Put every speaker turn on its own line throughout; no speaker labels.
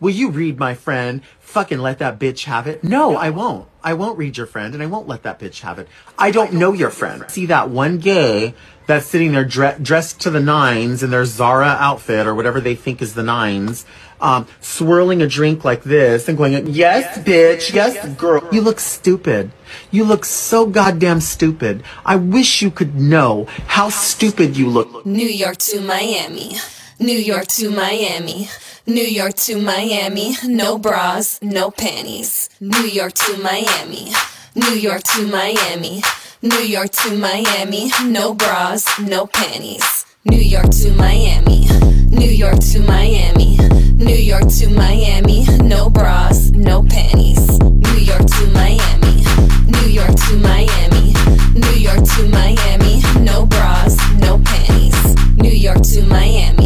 Will you read my friend? Fucking let that bitch have it. No, I won't. I won't read your friend and I won't let that bitch have it. I don't know your friend. See that one gay that's sitting there dre- dressed to the nines in their Zara outfit or whatever they think is the nines, um, swirling a drink like this and going, yes, bitch, yes, girl. You look stupid. You look so goddamn stupid. I wish you could know how stupid you look.
New York to Miami. New York to Miami. New York to Miami. No bras, no panties. New York to Miami. New York to Miami. New York to Miami. No bras, no panties. New York to Miami. New York to Miami. New York to Miami. No bras, no panties. New York to Miami. New York to Miami. New York to Miami. No bras, no panties. New York to Miami.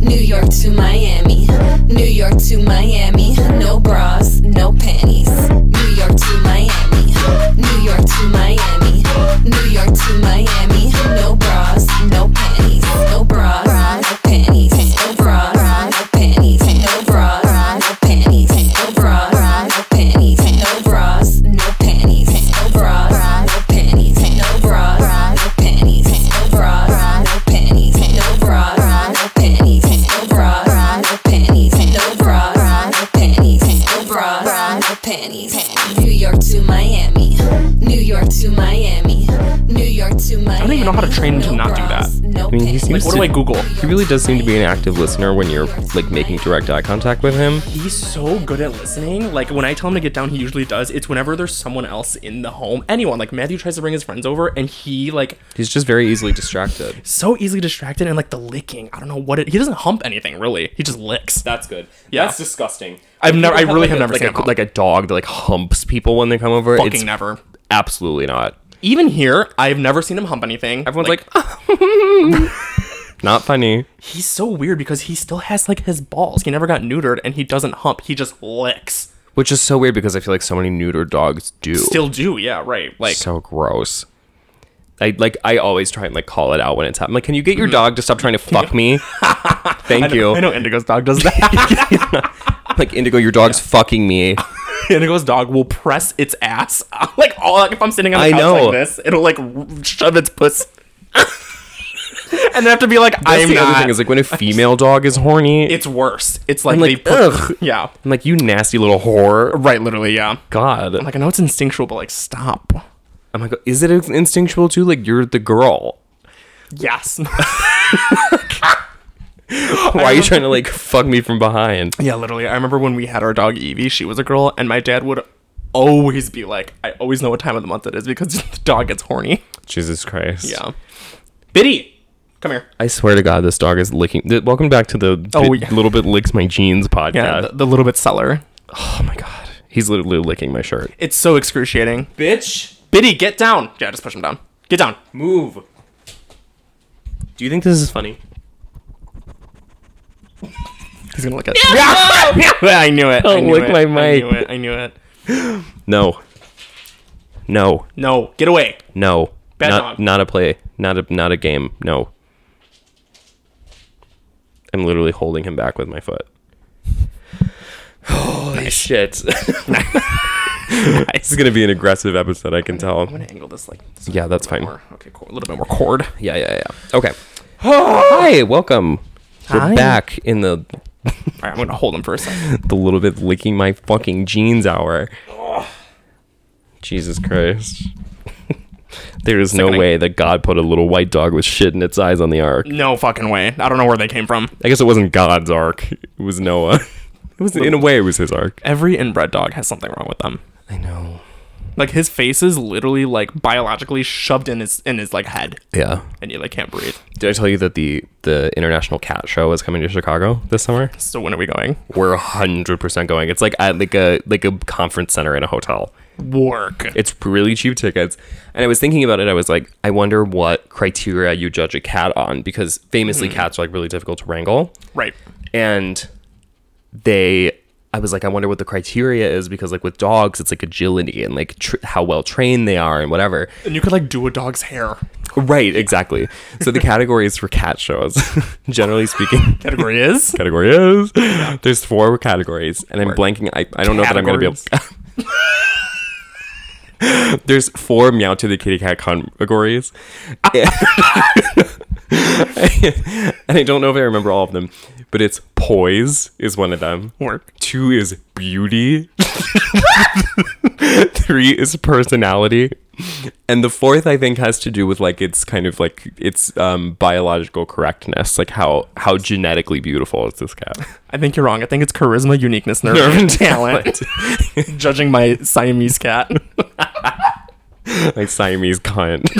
New York to Miami. New York to Miami. No bras, no panties. New York to Miami. New York to Miami. New York to Miami. No bras, no panties. No bras, no panties. No bras, no panties. No bras, no panties. No bras, no panties. No bras, no panties. No bras, no panties. No bras, no panties. No bras, no panties. No bras, no panties. No bras, no panties. No bras, no panties. No bras, no panties. New York to Miami. New York to Miami. New York to Miami. I
don't even know how to train him to
no
not do
bras,
that.
No
I mean, he
panties.
seems
What
to.
do I Google?
He really does seem to be an active listener when you're like making direct eye contact with him.
He's so good at listening. Like when I tell him to get down, he usually does. It's whenever there's someone else in the home, anyone. Like Matthew tries to bring his friends over, and he like
He's just very easily distracted.
so easily distracted. And like the licking, I don't know what it. He doesn't hump anything really. He just licks.
That's good.
Yeah.
That's disgusting.
I've never- I
People
really
like
have
a-
never
like
seen
a,
a hump.
like a dog that like humps people when they come over.
Fucking
it's
never.
absolutely not.
Even here, I've never seen him hump anything.
Everyone's like, not funny.
he's so weird because he still has like his balls. He never got neutered, and he doesn't hump. He just licks.
Which is so weird because I feel like so many neuter dogs do.
Still do, yeah, right. Like
so gross. I like I always try and like call it out when it's happening. Like, can you get your dog to stop trying to fuck me? Thank you.
Mm-hmm. I know Indigo's dog does that.
Like Indigo, your dog's fucking me.
Indigo's dog will press its ass like all like if I'm sitting on the
I
couch
know.
like this, it'll like r- shove its puss. and I have to be like,
That's
I'm
the other
not.
thing is like when a female dog is horny,
it's worse. It's like,
I'm
they
like,
put,
ugh.
yeah,
I'm like you nasty little whore.
right, literally, yeah.
God,
Like I know it's instinctual, but like stop.
I'm like, is it instinctual too? Like you're the girl.
Yes.
Why are you trying to like fuck me from behind?
yeah, literally. I remember when we had our dog Evie. She was a girl, and my dad would always be like, I always know what time of the month it is because the dog gets horny.
Jesus Christ.
Yeah. Biddy, come here.
I swear to God, this dog is licking. th- Welcome back to the
Oh,
bit-
yeah.
little bit licks my jeans podcast.
Yeah, the, the little bit seller.
oh my God, he's literally licking my shirt.
It's so excruciating.
Bitch,
Biddy, get down. Yeah, just push him down. Get down.
move. Do you think this is funny?
He's gonna lick it. Yeah! I knew it. I
Don't
knew
lick
it.
my
I
mic.
knew it. I knew it.
No. No.
No, get away.
No.
Bad
not
dog.
not a play. Not a not a game. No. I'm literally holding him back with my foot. Holy shit. This is gonna be an aggressive episode, I can tell.
I'm gonna angle this like this
Yeah, that's fine.
more. Okay, cool. A little bit more cord.
Yeah, yeah, yeah. Okay. Hi, welcome.
Hi.
We're back in the
All right, I'm gonna hold him for a second.
the little bit licking my fucking jeans hour. Jesus Christ. there is no
Sickening.
way that God put a little white dog with shit in its eyes on the ark.
No fucking way. I don't know where they came from.
I guess it wasn't God's ark. It was Noah. It was in a way it was his ark.
Every inbred dog has something wrong with them.
I know.
Like his face is literally like biologically shoved in his in his like head,
Yeah.
and he like can't breathe.
Did I tell you that the the International Cat Show is coming to Chicago this summer?
So when are we going?
We're hundred percent going. It's like at like a like a conference center in a hotel.
Work.
It's really cheap tickets. And I was thinking about it. I was like, I wonder what criteria you judge a cat on because famously cats are like really difficult to wrangle.
Right.
And they, I was like, I wonder what the criteria is because like with dogs, it's like agility and like tr- how well trained they are and whatever.
And you could like do a dog's hair.
Right, exactly. So the categories for cat shows, generally speaking,
Category is
category is there's four categories, and I'm blanking. I, I don't know that I'm gonna be able. there's four meow to the kitty cat categories, and I don't know if I remember all of them, but it's poise is one of them.
work.
Two is beauty. Three is personality. And the fourth I think has to do with like its kind of like its um biological correctness, like how how genetically beautiful is this cat?
I think you're wrong. I think it's charisma, uniqueness, nerve,
Nerve
and
and
talent. Judging my Siamese cat.
like Siamese cunt.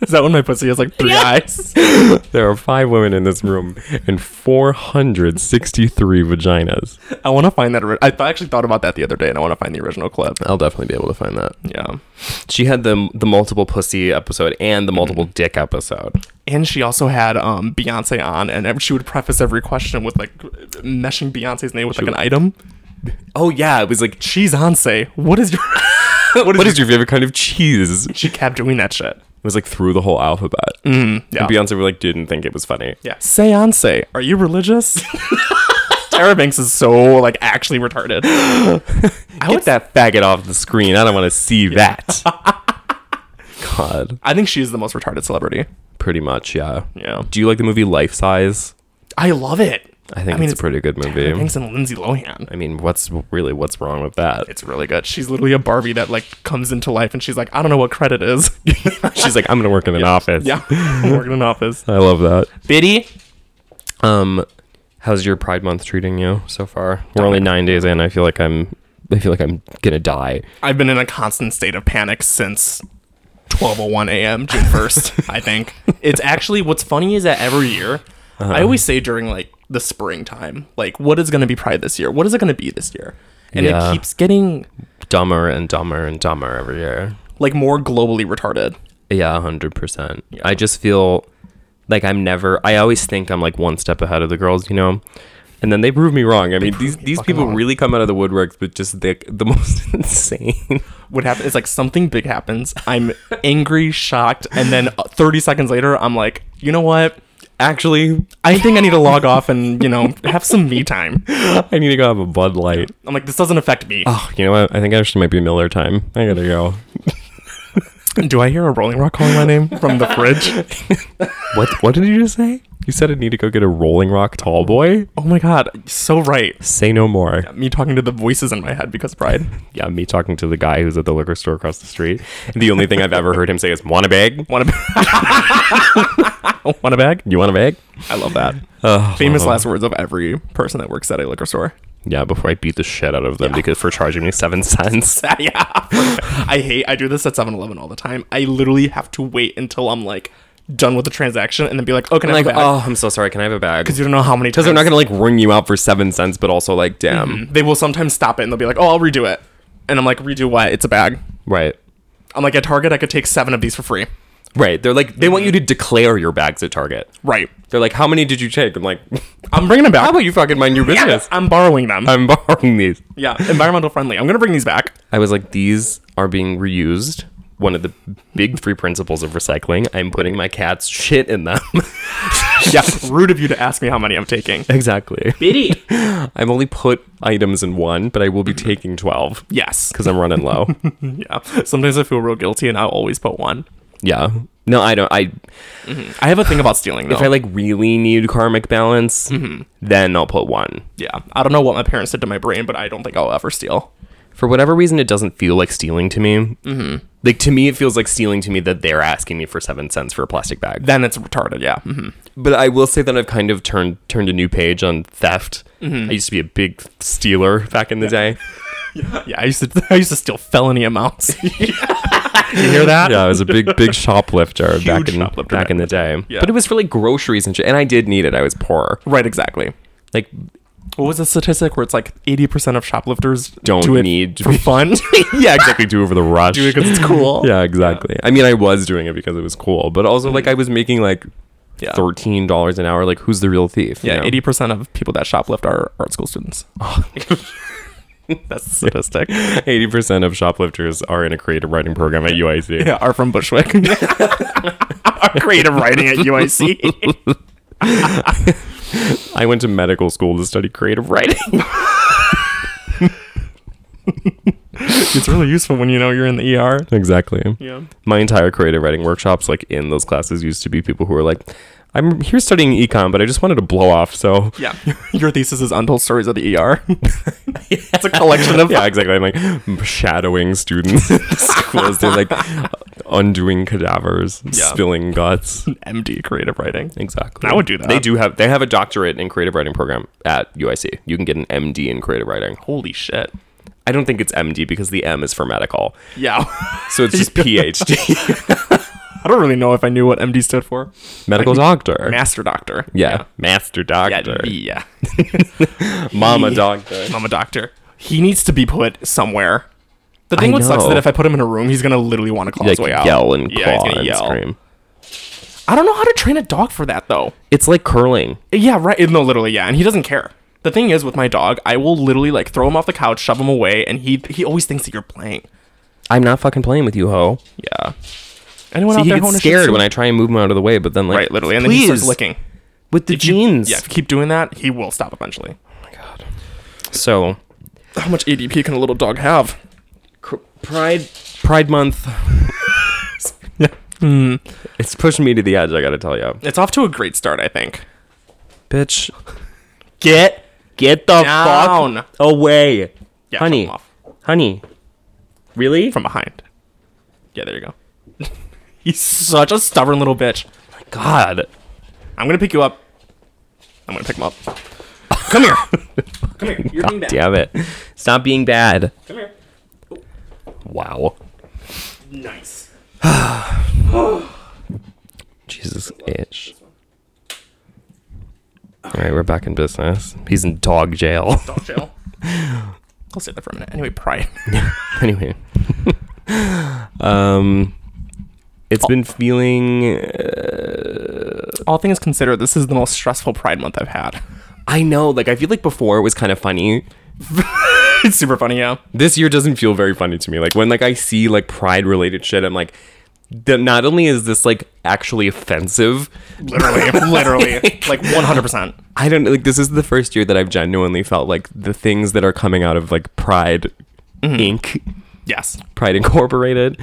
Is that when my pussy has like three eyes?
there are five women in this room and 463 vaginas.
I want to find that. Ori- I th- actually thought about that the other day, and I want to find the original clip.
I'll definitely be able to find that.
Yeah.
She had the the multiple pussy episode and the multiple dick episode.
And she also had um, Beyonce on, and ev- she would preface every question with like meshing Beyonce's name with like an item.
Oh yeah, it was like
Cheese on say, what is your. what is,
what
your.
is your favorite kind of cheese? It
She kept doing that shit.
was like through the whole alphabet.
Yeah.
And Beyonce were like didn't think it was funny.
Yeah. Seance. Are you religious? Tara Banks is so like actually retarded.
Get that faggot off the screen. I don't want to see that. God,
I think she's the most retarded celebrity.
pretty much, yeah.
Yeah.
Do you like the movie Life Size?
I love it.
I think it's a pretty good movie.
Tara Banks and Lindsay Lohan.
I mean, what's really what's wrong with that?
It's really good. She's literally a Barbie that like comes into life and she's like, I don't know what credit is.
She's like, I'm gonna work in an office.
yeah, I'm working in an office.
I love that.
Biddy,
Um, how's your Pride Month treating you so far? We're only nine days in. I feel like I'm. I feel like I'm gonna die.
I've been in a constant state of panic since 12:01 a.m. June 1st. I think it's actually what's funny is that every year I always say during like the springtime, like what is going to be Pride this year? What is it going to be this year? And
Yeah.
it keeps getting
Dumber and dumber and dumber every year.
like more globally retarded.
Yeah, hundred percent. I just feel like I'm never. I always think I'm like one step ahead of the girls, you know. And then they prove me wrong. I mean, these these people really come out of the woodworks with just the the most insane.
What happens is like something big happens. I'm angry, shocked, and then uh, 30 seconds later, I'm like, you know what?
Actually,
I think I need to log off and you know have some me time.
I need to go have a Bud Light.
I'm like, this doesn't affect me.
Oh, you know what? I think actually might be Miller time. I gotta go.
Do I hear a Rolling Rock calling my name from the fridge?
What What did you just say? You said I need to go get a Rolling Rock Tall Boy.
Oh my god, so right.
Say no more.
me talking to the voices in my head because pride.
Yeah, me talking to the guy who's at the liquor store across the street. The only thing I've ever heard him say is, "Want a bag?
Want a, want a bag?
You want a bag?" Oh,
I love that. Famous last words of every person that works at a liquor store.
Yeah, before I beat the shit out of them because for charging me seven cents.
yeah. I hate, I do this at 7 Eleven all the time. I literally have to wait until I'm like done with the transaction and then be like, oh, can I
like,
like, have a bag?
oh, I'm so sorry. Can I have a bag?
Because you don't know how many times.
they're not gonna like ring you out for seven cents, but also like, damn,
they will sometimes stop it and they'll be like, oh, I'll redo it. And I'm like, redo what? It's a bag.
right,
I'm like, at Target, I could take seven of these for free.
right. They're like, they want you to declare your bags at Target.
Right.
They're like, how many did you take? I'm like,
I'm bringing them
how
back.
about you fucking mind your business?
I'm borrowing them.
I'm borrowing these.
yeah. Environmental friendly. I'm going to bring these back.
I was like, these are being reused. One of the big three principles of recycling. I'm putting my cat's shit in them.
yeah, rude of you to ask me how many I'm taking.
exactly.
Biddy.
I've only put items in one, but I will be taking twelve
Yes.
because I'm running low.
Yeah. Sometimes I feel real guilty and I'll always put one.
yeah. No, I don't. I
I have a thing about stealing though.
if I like really need karmic balance, then I'll put one.
yeah. I don't know what my parents did to my brain, but I don't think I'll ever steal.
For whatever reason, it doesn't feel like stealing to me. Mm-hmm. Like to me, it feels like stealing to me that they're asking me for seven cents for a plastic bag.
Then it's retarded. Yeah. hmm
but I will say that I've kind of turned turned a new page on theft.
Mm-hmm.
I used to be a big stealer back in the day.
Yeah. I used to. I used to steal felony amounts. you hear that?
Yeah, I was a big big shoplifter back
Huge
in
shoplifter
back
back
in the day. But it was for like groceries and shit, and I did need it. I was poor.
Right. Exactly.
Like
What was the statistic where it's like eighty percent of shoplifters
Don't
do it
need to
for
be-
fun?
yeah, exactly. Do over the rush.
do it because it's cool.
yeah, exactly. I mean, I was doing it because it was cool, but also like I was making like
Mm-hmm. Yeah.
thirteen dollars an hour. Like, who's the real thief? you
Yeah. Oh.
know?
Eighty percent of people that shoplift are art school students. That's statistic.
80% of shoplifters are in a creative writing program at UIC.
Yeah, are from Bushwick. Are creative writing at UIC.
I went to medical school to study creative writing.
it's really useful when you know you're in the ER.
exactly.
Yeah.
My entire creative writing workshops, like in those classes, used to be people who were like, I'm here studying econ, but I just wanted to blow off. So,
Yeah. Your thesis is untold stories of the ER. it's a collection of
E yeah, exactly. I'm like shadowing students in the schools. They're like undoing cadavers, spilling guts.
MD creative writing.
Exactly.
I would do that.
They do have they have a doctorate in creative writing program at UIC. You can get an MD in creative writing.
Holy shit.
I don't think it's MD because the M is for medical.
Yeah.
So it's just PhD.
I don't really know if I knew what MD stood for.
medical doctor.
Master doctor.
yeah. Master doctor.
Yeah.
Mama doctor.
I'm a doctor. He needs to be put somewhere. The thing
I
that sucks is
know.
that if I put him in a room, he's gonna literally want to claw
Like
his way out.
yell and
Yeah, he's
claw
gonna
and
yell.
scream.
I don't know how to train a dog for that though.
It's like curling.
Yeah, right. No, literally, yeah. And he doesn't care. The thing is, with my dog, I will literally like throw him off the couch, shove him away, and he he always thinks that you're playing.
I'm not fucking playing with you, ho.
Yeah. Anyone
See,
out
he
there
gets scared when I try and move him out of the way, but then like
right, literally, and then he starts
please,
licking.
with the jeans.
Yeah, if you keep doing that, he will stop eventually.
So
How much ADP can a little dog have?
Pride Pride Month.
Yeah.
It's pushing me to the edge. I gotta tell you,
It's off to a great start, I think.
bitch.
Get
Get the
down.
fuck away,
Yeah,
honey.
from off.
Honey, really?
from behind. Yeah, there you go. He's such a stubborn little bitch.
God,
I'm gonna pick you up. I'm gonna pick him up. Come here. Come here. You're being bad.
damn it! Stop being bad.
Come here.
Wow.
Nice.
Jesus itch. All right, we're back in business. He's in dog jail.
Don't chill. I'll sit there for a minute. Anyway, pry.
anyway, um, it's been feeling.
All things considered, this is the most stressful Pride Month I've had.
I know, like I feel like before it was kind of funny.
It's super funny, yeah.
This year doesn't feel very funny to me. Like when like I see like pride related shit, I'm like, th- not only is this like actually offensive,
Literally, literally, like 100%.
I don't like this is the first year that I've genuinely felt like the things that are coming out of like Pride Mm-hmm. Inc.
Yes.
Pride Incorporated.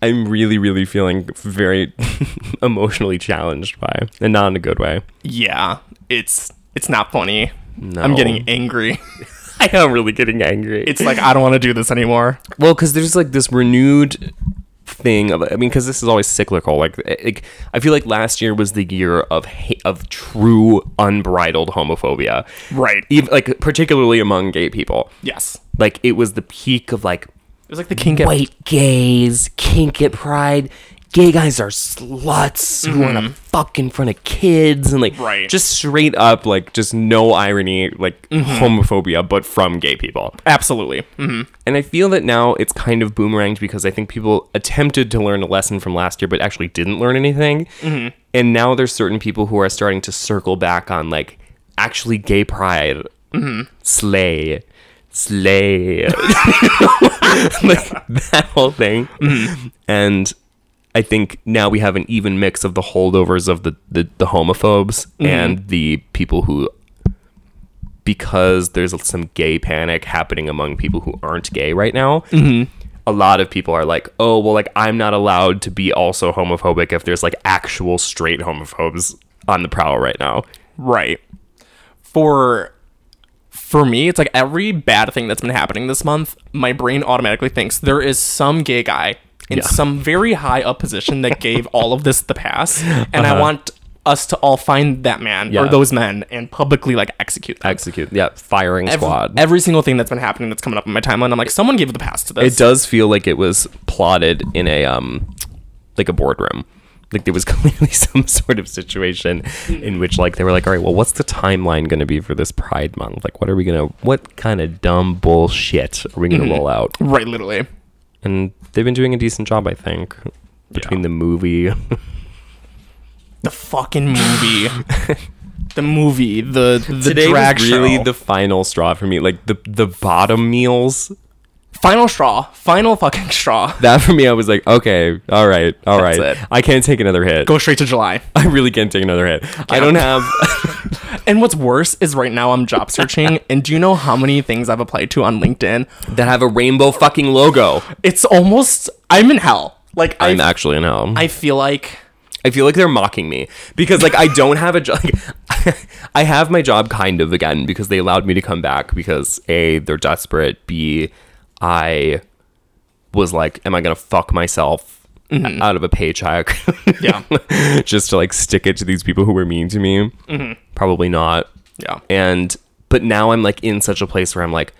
I'm really, really feeling very emotionally challenged by, and not in a good way.
Yeah. It's it's not funny.
No.
I'm getting angry.
I am really getting angry.
It's like I don't want to do this anymore.
Well, because there's like this renewed thing of I mean, because this is always cyclical. Like, eh, like I feel like last year was the year of ha- of true unbridled homophobia,
Right.
Ev like particularly among gay people.
Yes.
Like it was the peak of like
It was like the king kept
white gays, kink at pride. Gay guys are sluts who want to fuck in front of kids and like
Mm-hmm. Right.
just straight up like just no irony like
Mm-hmm.
homophobia, but from gay people.
Absolutely. hmm
And I feel that now it's kind of boomeranged because I think people attempted to learn a lesson from last year, but actually didn't learn anything. And now there's certain people who are starting to circle back on like actually gay pride, slay, slay, like that whole thing. And I think now we have an even mix of the holdovers of the the, the homophobes and the people who because there's some gay panic happening among people who aren't gay right now. A lot of people are like, "Oh, well, like I'm not allowed to be also homophobic if there's like actual straight homophobes on the prowl right now."
Right. For for me, it's like every bad thing that's been happening this month, my brain automatically thinks there is some gay guy in
Yeah.
some very high up position that gave all of this the pass, and I want us to all find that man or
Uh-huh. Yeah.
those men and publicly like execute them.
Execute, yeah, firing
Every-
squad.
Every single thing that's been happening that's coming up on my timeline, I'm like, someone gave the pass to this.
it does feel like it was plotted in a um, like a boardroom. Like there was clearly some sort of situation in which like they were like, "All right, well, what's the timeline going to be for this Pride Month? Like, what are we gonna? What kind of dumb bullshit are we gonna roll out?"
Right, literally.
and they've been doing a decent job, I think, between
Yeah.
the movie.
The fucking movie. the movie, the the
Today
drag
was really
show.
the final straw for me. Like the the bottom meals.
final straw, final fucking straw.
That for me, I was like, okay, all right, all right.
That's it.
I can't take another hit.
Go straight to July.
I really can't take another hit. I don't have.
And what's worse is right now I'm job searching, and do you know how many things I've applied to on LinkedIn?
that have a rainbow fucking logo.
It's almost I'm in hell. Like I,
I'm actually in hell.
I feel like
I feel like they're mocking me because like I don't have a job. I have my job kind of again because they allowed me to come back because a they're desperate. B I was like, am I gonna fuck myself out of a paycheck?
yeah,
just to like stick it to these people who were mean to me. Probably not.
yeah.
And but now I'm like in such a place where I'm like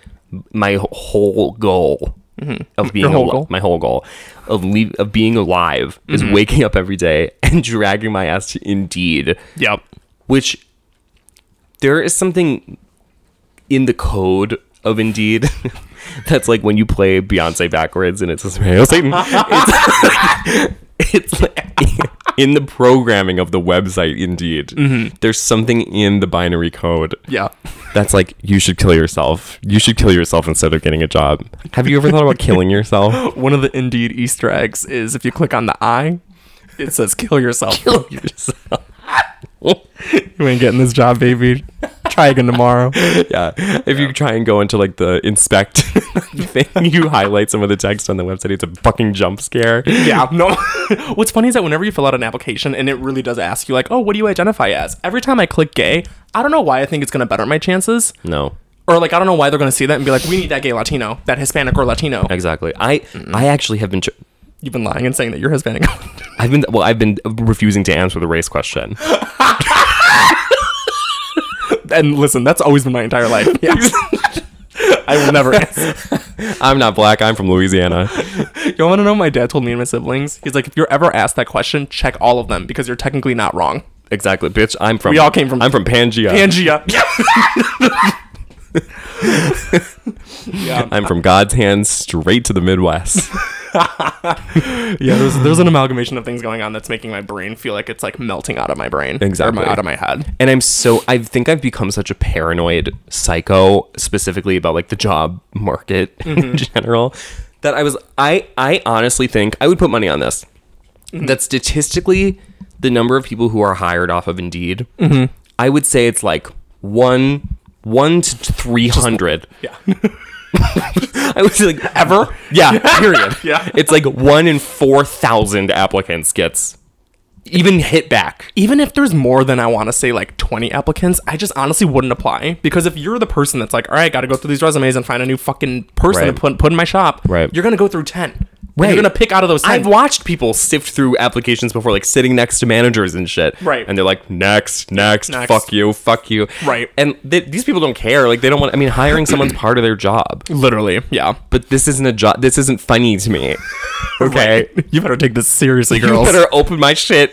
my wh- whole goal of being
Mm-hmm. whole
al-
goal? Mm-hmm.
my whole goal of le- of being alive is waking up every day and dragging my ass to Indeed,
Yep.
which there is something in the code of Indeed that's like when you play Beyonce backwards and it says "Hail Satan." it's like in the programming of the website indeed there's something in the binary code
Mm-hmm. Yeah.
that's like you should kill yourself you should kill yourself instead of getting a job have you ever thought about killing yourself
One of the Indeed Easter eggs is if you click on the I, it says kill yourself.
kill yourself
you ain't getting this job, baby. Try again tomorrow.
yeah if you try and go into like the inspect thing you highlight some of the text on the website it's a fucking jump scare
Yeah, no. What's funny is that whenever you fill out an application and it really does ask you, like, oh, what do you identify as? Every time I click gay, I don't know why I think it's going to better my chances.
no
Or, like, I don't know why they're going to see that and be like, we need that gay Latino, that Hispanic or Latino.
exactly i i actually have been tr-
You've been lying and saying that you're Hispanic.
I've been well. I've been refusing to answer the race question.
and listen, that's always been my entire life. Yeah. I will never answer.
I'm not black. I'm from Louisiana.
You want to know? what My dad told me and my siblings. He's like, if you're ever asked that question, check all of them because you're technically not wrong.
Exactly, bitch. I'm from.
We all came from-
I'm from Pangea.
Pangea. yeah.
I'm from God's hand straight to the Midwest.
Yeah, there's there's an amalgamation of things going on that's making my brain feel like it's like melting out of my brain, or
Exactly.
my, out of my head.
and I'm so. I think I've become such a paranoid psycho, specifically about like the job market in general, that I was. I I honestly think I would put money on this. That statistically, the number of people who are hired off of Indeed, I would say it's like one one to three hundred.
Yeah,
I was like,
ever?
Yeah, period.
Yeah.
It's like one in 4,000 applicants gets even hit back.
Even if there's more than I want to say, like 20 applicants, I just honestly wouldn't apply because if you're the person that's like, all right, got to go through these resumes and find a new fucking person
Right.
to put put in my shop,
Right.
You're gonna go through 10. And
Right.
You're gonna pick out of those 10.
I've watched people sift through applications before, like sitting next to managers and shit.
Right.
And they're like, next, next,
Next.
fuck you, fuck you.
Right.
And th- these people don't care. Like, they don't want, I mean, hiring someone's part of their job.
Literally, yeah.
But this isn't a job, this isn't funny to me. Okay.
You better take this seriously, girls.
You better open my shit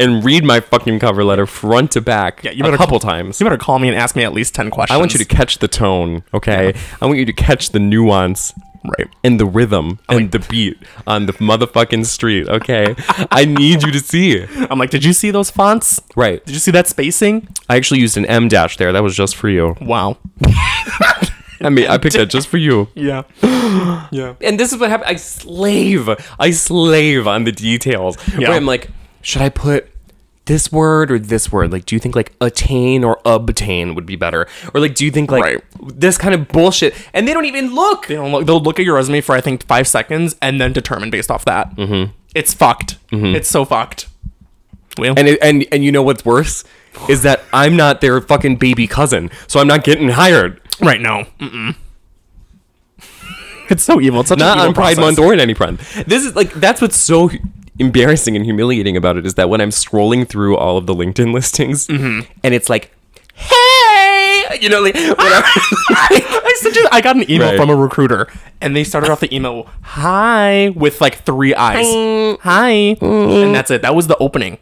and read my fucking cover letter front to back
Yeah, you
a
better-
couple times.
You better call me and ask me at least 10 questions.
I want you to catch the tone, okay? I want you to catch the nuance.
Right.
And the rhythm and the beat on the motherfucking street, okay? I need you to see.
I'm like, did you see those fonts?
Right.
Did you see that spacing?
I actually used an M dash there. That was just for you.
Wow.
I mean, I picked that just for you.
Yeah. yeah.
And this is what happened. I slave. I slave on the details. Where
Yeah.
I'm like, should I put this word or this word? Like, do you think like attain or obtain would be better? Or like, do you think like
Right.
this kind of bullshit? And they don't even look.
They don't look, they'll look at your resume for I think five seconds and then determine based off that. Mm-hmm. It's fucked.
Mm-hmm.
It's so fucked. Well,
And it, and and you know what's worse is that I'm not their fucking baby cousin, so I'm not getting hired.
right now, mm-mm. it's so evil. It's such
Not
an evil
on Pride
process.
Month or in any Pride. This is like that's what's so embarrassing and humiliating about it is that when I'm scrolling through all of the LinkedIn listings
Mm-hmm.
and it's like, hey, you know, like whatever.
I, sent you, I got an email
Right.
from a recruiter, and they started off the email "Hi" with like three eyes. Hi, Mm-hmm. and that's it. That was the opening.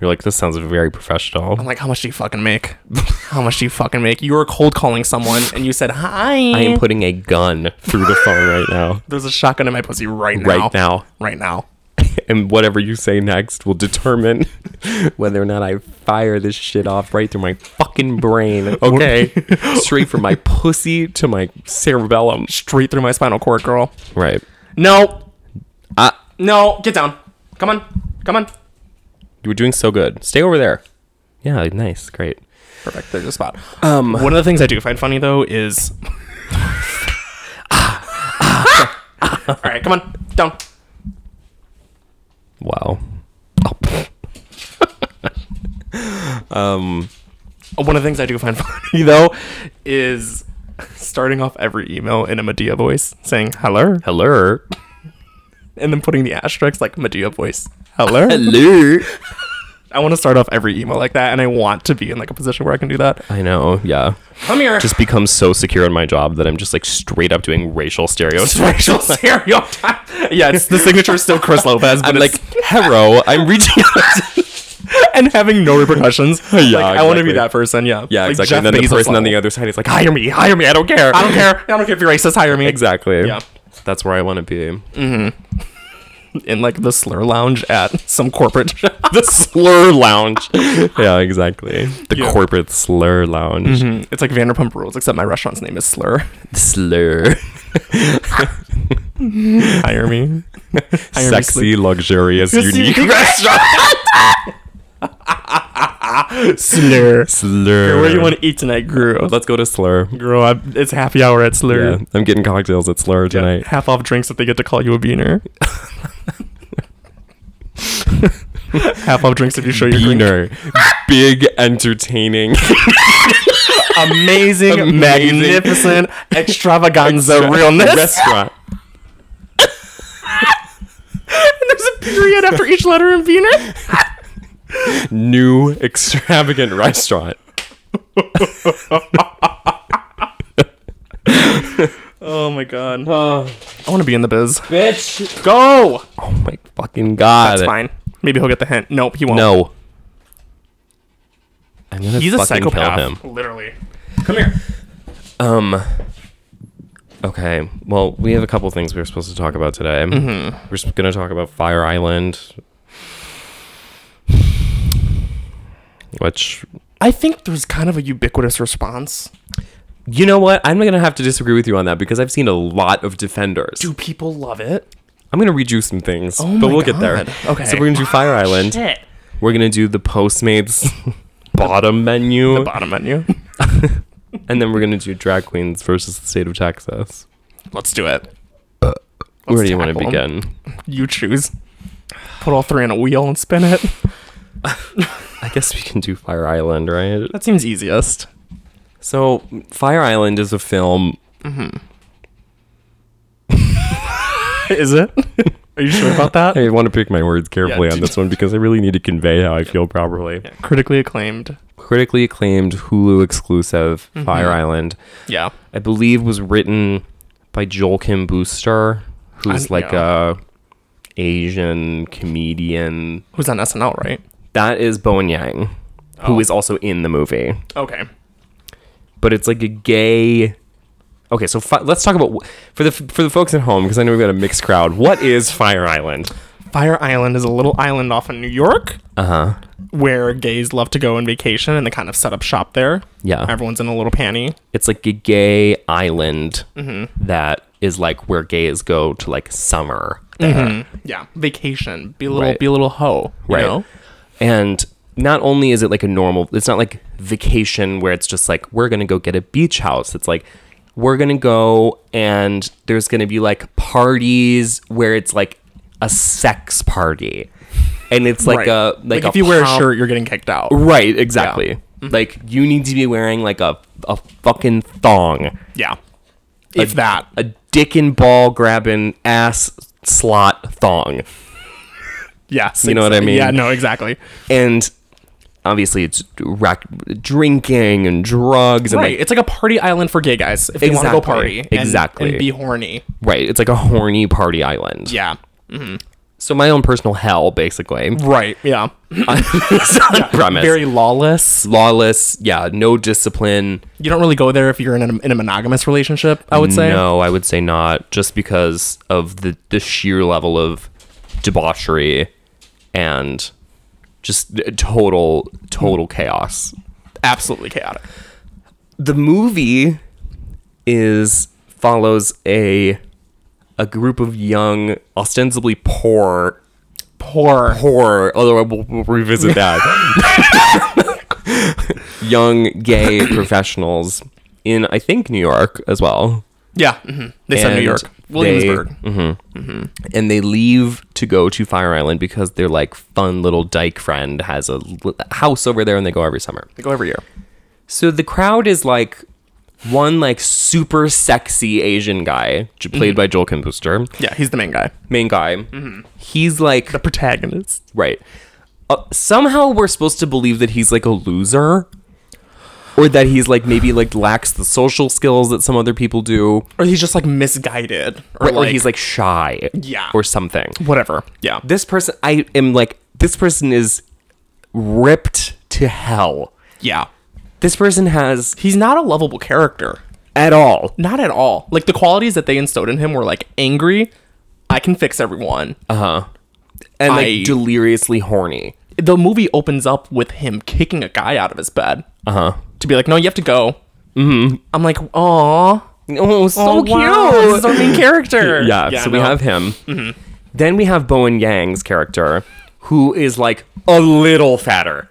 You're like, this sounds very professional.
I'm like, how much do you fucking make? how much do you fucking make? You were cold calling someone, and you said hi.
I am putting a gun through the phone right now.
There's a shotgun in my pussy right now.
Right now.
Right now.
and whatever you say next will determine whether or not I fire this shit off right through my fucking brain. Okay, straight from my pussy to my cerebellum.
Straight through my spinal cord, girl.
Right.
No,
Uh,
no, get down. Come on, come on.
you were doing so good. Stay over there. Yeah. Nice. Great.
Perfect. There's a spot. Um, one of the things I do find funny though is. All right, come on, down.
Wow.
Oh.
Um,
One of the things I do find funny though is starting off every email in a Medea voice, saying hello,
Hello.
and then putting the asterisks like Medea voice. Hello.
Hello.
I want to start off every email like that, and I want to be in like a position where I can do that.
I know. Yeah.
Come here.
Just become so secure in my job that I'm just like straight up doing racial stereotypes.
racial stereotype. Yeah, it's the signature is still Chris Lopez, but
I'm
it's,
like, hello. I'm reaching out.
and having no repercussions. yeah, I want to
exactly.
be that person. Yeah,
Yeah,
Like
exactly.
Jeff
and then the
Bezos
person on
level.
the other side is like, hire me, hire me. I don't care.
I don't care. I don't care if you're racist. Hire me.
Exactly.
Yeah.
That's where I want to be.
In like the slur lounge at some corporate job.
The slur lounge. yeah, exactly. The corporate slur lounge.
It's like Vanderpump Rules, except my restaurant's name is Slur.
Slur.
Hire me. Hire me,
Sexy, luxurious,
Slur.
unique.
restaurant. Slur. Oh,
Slur.
Where you want to eat tonight, Gru?
Let's go to Slur.
Girl, I'm, it's happy hour at Slur.
Yeah, I'm getting cocktails at Slur tonight.
half off drinks if they get to call you a beaner. half off drinks if you show your green-
Beaner. Big, entertaining.
Amazing,
Amazing.
magnificent, extravaganza realness.
Restaurant.
There's a period after each letter in beaner.
New, extravagant restaurant.
Oh my god. I want to be in the biz.
Bitch.
Go.
Oh my fucking god.
That's fine. Maybe he'll get the hint. Nope, he won't.
No. I'm gonna
He's a
fucking
psychopath.
kill him.
Literally. Come here.
Um. Okay. Well, we have a couple things we were supposed to talk about today.
Mm-hmm.
We're just gonna talk about Fire Island, which
I think there's kind of a ubiquitous response.
you know what I'm gonna have to disagree with you on that because I've seen a lot of defenders.
Do people love it?
I'm gonna read you some things, but
Oh my
we'll get there.
God. Okay.
So we're gonna do Fire Island.
Shit.
We're gonna do the Postmates bottom menu,
Bottom menu.
and then we're gonna do drag queens versus the state of Texas.
Let's do it.
Where do you want to
tackle 'em.
begin?
You choose. Put all three in a wheel and spin it.
I guess we can do Fire Island, right?
That seems easiest.
So, Fire Island is a film.
Is it? Are you sure about that?
I want to pick my words carefully
Yeah.
on this one because I really need to convey how I feel properly.
Critically acclaimed.
Critically acclaimed Hulu exclusive Fire Island,
Yeah.
I believe, was written by Joel Kim Booster, who's
I-
like
yeah.
a Asian comedian.
Who's on SNL, right?
That is Bowen Yang,
Oh.
who is also in the movie.
Okay.
but it's like a gay. Okay, so fi- let's talk about wh- for the for the folks at home because I know we've got a mixed crowd. What is Fire Island?
Fire Island is a little island off in New York
Uh huh.
where gays love to go on vacation and they kind of set up shop there.
Yeah.
Everyone's in a little panty.
It's like a gay island that is like where gays go to like summer,
Yeah. Vacation. Be a little
Right.
be a little hoe. You
right?
know?
And not only is it like a normal, it's not like vacation where it's just like we're gonna go get a beach house. It's like we're gonna go and there's gonna be like parties where it's like a sex party, and it's like
Right.
a like,
if you wear a
pom-
shirt, Mm-hmm. you're getting kicked out.
Right, exactly. Like you need to be wearing like a a fucking thong,
Yeah. If that.
a dick and ball grabbing ass slot thong,
Yes.
You know what I
exa-
mean?
Yeah, no, exactly.
and obviously it's rack- drinking and drugs and
Right.
like
it's like a party island for gay guys if they want to go
Exactly.
party. and-
Exactly.
And be horny.
right. It's like a horny party island.
Yeah.
So my own personal hell, basically.
Right. Yeah.
It's on premise.
Very lawless.
lawless. Yeah, no discipline.
You don't really go there if you're in a, in a monogamous relationship, I would say.
No, I would say not, just because of the the sheer level of debauchery and just uh, total total chaos.
Absolutely chaotic.
The movie is follows a a group of young, ostensibly poor
Poor.
horror. Although we'll, we'll revisit that. Young gay professionals in, I think, New York as well,
Yeah. mhm. They said New
And
York.
they- mm-hmm,
Williamsburg.
and they leave to go to Fire Island because their like fun little dyke friend has a l- house over there, and they go every summer.
They go every year.
So the crowd is like one like super sexy Asian guy j-
Mm-hmm.
played by Joel Kim Booster,
Yeah, he's the main guy.
main guy.
Mm-hmm.
He's like
The protagonist.
Right. Uh, somehow we're supposed to believe that he's like a loser or that he's like maybe like lacks the social skills that some other people do
Or he's just like misguided.
or, or he's like shy
Yeah.
or something.
whatever. Yeah.
This person I am like this person is ripped to hell.
Yeah.
This person has
He's not a lovable character.
at all.
Not at all. Like the qualities that they instilled in him were like angry, I can fix everyone.
Uh-huh. And like
I-
deliriously horny.
the movie opens up with him kicking a guy out of his bed.
Uh-huh.
Uh huh. To be like, no, you have to go. Mm-hmm. I'm like, aw.
Oh, so
oh,
cute.
wow, This is our main character.
Yeah, so we
no.
have him.
Mm-hmm.
Then we have Bowen Yang's character, who is like a little fatter.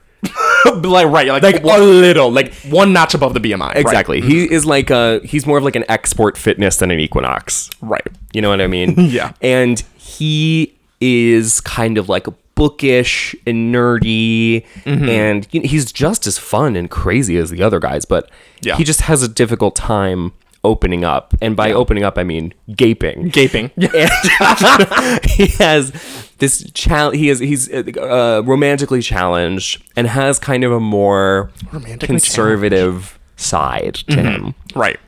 like right, like,
Like
one,
a little, like
one notch above the BMI. right. Mm-hmm.
exactly. He is like a he's more of like an export fitness than an equinox.
Right.
You know what I mean?
Yeah.
And he is kind of like bookish and nerdy,
Mm-hmm.
and you know, he's just as fun and crazy as the other guys, but
Yeah.
he just has a difficult time opening up. And by opening up, I mean gaping.
Gaping.
And he has this chal He is he's uh, romantically challenged and has kind of a more
Romantically Mm-hmm.
conservative side to him.
Right.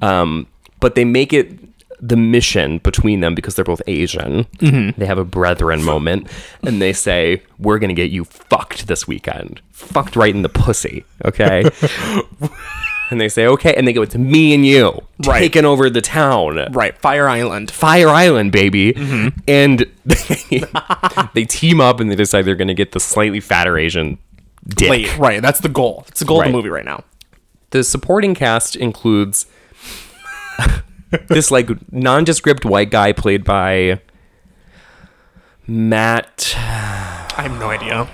Um, but they make it the mission between them because they're both Asian.
Mm-hmm.
They have a brethren moment, and they say, "We're gonna get you fucked this weekend, fucked right in the pussy." Okay. And they say, okay, and they go, it's me and you
Right.
taking over the town.
Right. Fire Island.
Fire Island, baby.
Mm-hmm.
And they, they team up and they decide they're going to get the slightly fatter Asian dick.
Late. Right. That's the goal. It's the goal
Right.
of the movie right now.
The supporting cast includes this like nondescript white guy played by Matt.
I have no idea.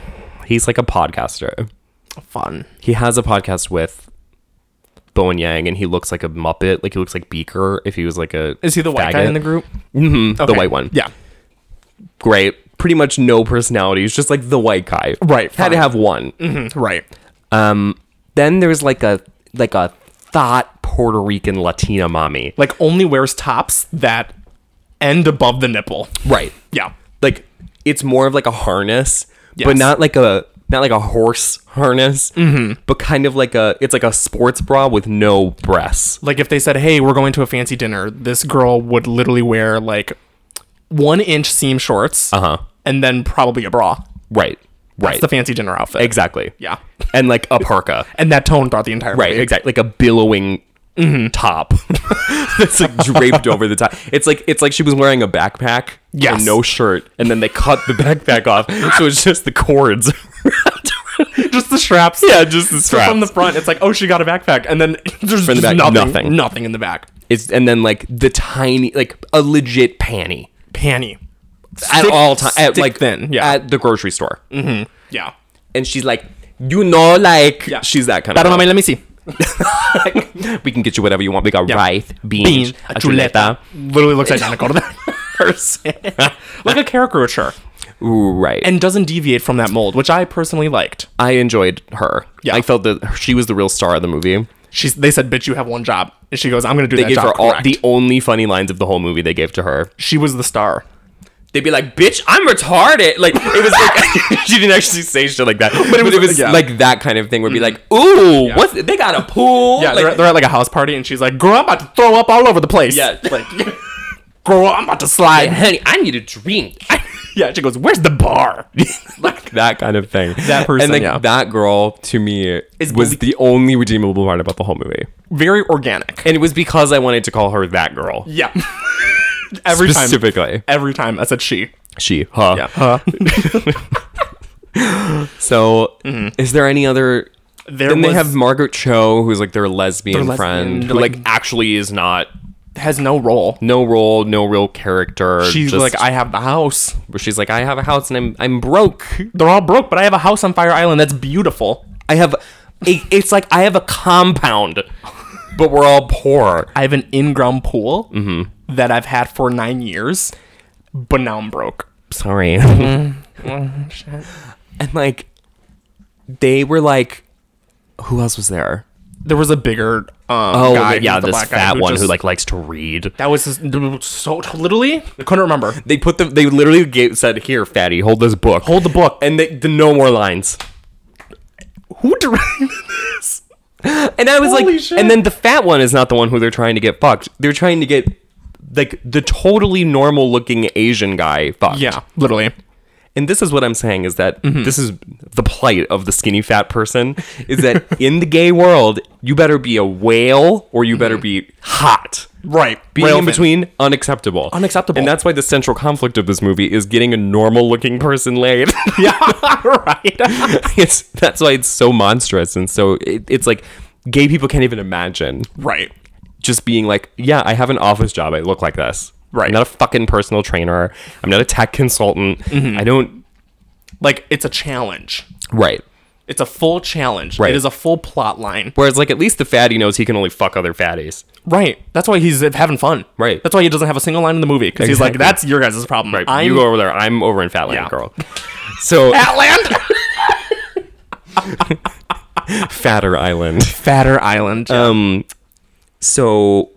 He's like a podcaster.
Fun.
He has a podcast with Bowen Yang, and he looks like a Muppet. Like he looks like Beaker if he was like a
Is he the white guy
faggot.
in the group?
Mhm, the
Okay.
white one?
Yeah.
great. Pretty much no personality. He's just like the white guy.
Right,
Had to
fine. Mm-hmm.
have one.
Right.
Um, then there's like a like a thought Puerto Rican Latina mommy.
Like only wears tops that end above the nipple.
Right.
Yeah.
Like it's more of like a harness, but
Yes.
not like a not like a horse harness, but kind of like a it's like a sports bra with no breasts.
Like if they said, "Hey, we're going to a fancy dinner," this girl would literally wear like one inch seam shorts,
Uh huh.
and then probably a bra.
Right.
That's
Right.
the fancy dinner outfit.
exactly.
Yeah,
And like a parka.
and that tone throughout the entire
Right, Mm-hmm.
movie.
exactly. Like a billowing top that's like draped over the top. It's like it's like she was wearing a backpack
Yes.
and no shirt, and then they cut the backpack off, so it's just the cords.
Just the straps.
yeah, just the
So
straps.
from the front, it's like, oh, she got a backpack, and then there's
From the
just
back,
nothing,
nothing.
nothing, in the back.
it's and then like the tiny, like a legit panty
Panty.
at
Stick-
all times, at
stick
like
thin, yeah.
at the grocery store,
Yeah.
and she's like, you know, like
Yeah.
she's that kind
I don't
of.
know. Let me see.
Like, we can get you whatever you want. We got rice, beans,
Bean.
a chuleta.
Literally looks identical to that person. like a caricature,
Right.
and doesn't deviate from that mold, which I personally liked.
I enjoyed her.
Yeah.
I felt that she was the real star of the movie.
She's. They said, "Bitch, you have one job," and she goes, "I'm gonna do
They
that
gave
job."
her all
correct."
the only funny lines of the whole movie. They gave to her.
she was the star.
They'd be like, "Bitch, I'm retarded." Like it was like she didn't actually say shit like that, but it was,
was- yeah.
like Mm. that kind of thing. Would be like, "Ooh, what's They got a pool."
Yeah,
Oh, like,
they're, at, they're at like a house party, and she's like, "Girl, I'm about to throw up all over the place."
Yeah.
like, "Girl, I'm about to slide."
"Hey, honey, I need a drink.
Yeah, she goes, "Where's the bar?"
like that kind of thing.
That person,
and like
yeah.
that girl to me
Is
was
belie-
the only redeemable part about the whole movie,
Very organic.
and it was because I wanted to call her that girl
Yeah. every time,
specifically.
every time I said she.
She, huh?
Yeah. Huh?
So, is there any other?
Mm-hmm. There
then they
was-
have Margaret Cho, who's like their lesbian,
Their lesbian,
friend, who
like-
like actually is not
has no role.
no role, no real character.
She's
just-
like, I have the house.
she's like, I have a house and I'm I'm broke.
They're all broke, but I have a house on Fire Island that's beautiful.
I have, it, it's like I have a compound, but we're all poor.
I have an in-ground pool
Mm-hmm.
that I've had for nine years, but now I'm broke.
Sorry.
Mm,
and like, they were like, who else was there?
There was a bigger um,
Oh
guy,
yeah,
who's the
this
black guy
fat one who
just-
like likes to read.
that was his, so literally I couldn't remember.
They put them. They literally gave, said, "Here, fatty, hold this book.
Hold the book.
and they, the no more lines.
Who directed?
And I was
Holy
like,
shit.
and then the fat one is not the one who they're trying to get fucked. They're trying to get like the totally normal looking Asian guy fucked.
Yeah, literally.
And this is what I'm saying is that
Mm-hmm.
this is the plight of the skinny fat person is that in the gay world, you better be a whale or you better be hot.
Mm-hmm. Right.
Being
Rail
in
thin.
between, unacceptable.
Unacceptable.
And that's why the central conflict of this movie is getting a normal looking person laid.
Yeah, right.
it's that's why it's so monstrous and so it, it's like gay people can't even imagine
right.
just being like yeah i have an office job i look like this
Right.
i'm not a fucking personal trainer i'm not a tech consultant
Mm-hmm.
i don't
Like it's a challenge.
right
It's a full challenge.
Right.
It is a full plot line.
whereas like at least the fatty knows he can only fuck other fatties
Right. That's why he's having fun.
Right.
That's why he doesn't have a single line in the movie because he's like,
Exactly.
"That's your guys' problem."
right
I'm
you go over there i'm over in fatland
Yeah.
girl so
Fatland.
fatter island
Fatter Island.
um so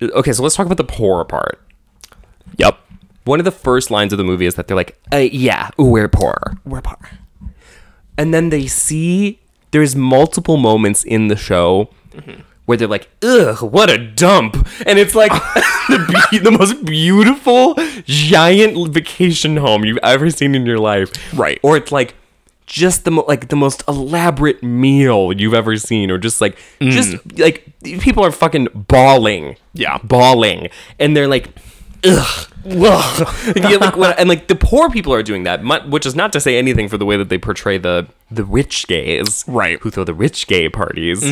okay so let's talk about the poor part
yep.
one of the first lines of the movie is that they're like uh, yeah we're poor
We're par.
and then they see there's multiple moments in the show
Mm-hmm.
where they're like, "Ugh, what a dump!" And it's like the, be- the most beautiful giant vacation home you've ever seen in your life,
Right.
Or it's like just the mo- like the most elaborate meal you've ever seen, or just like just like people are fucking bawling,
Mm. Yeah.
bawling, and they're like. Ugh. Ugh. and, yet, like, what- and, like, the poor people are doing that, mu- which is not to say anything for the way that they portray the the rich gays,
Right. Mm-hmm.
Who throw the rich gay parties,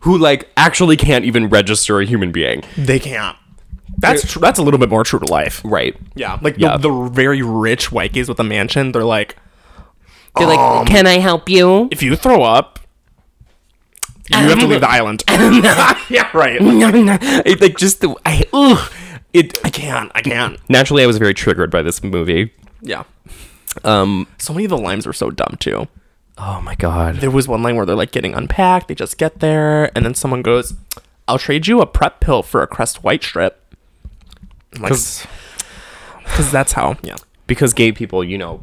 who like actually can't even register a human being,
They can't. That's tr- that's a little bit more true to life.
right?
Yeah. Like
Yeah.
The, the very rich white gays with a mansion. They're like, "Um,
They're like, "Can I help you?"
if you throw up, you have to leave the island. yeah. Right.
it, like just the I ugh. it.
I can't. I can't.
Naturally, I was very triggered by this movie.
Yeah.
Um.
So many of the lines were so dumb too.
Oh my god.
There was one line where they're like getting unpacked. They just get there, and then someone goes, "I'll trade you a prep pill for a Crest White strip." Because that's how. Yeah.
Because gay people, you know,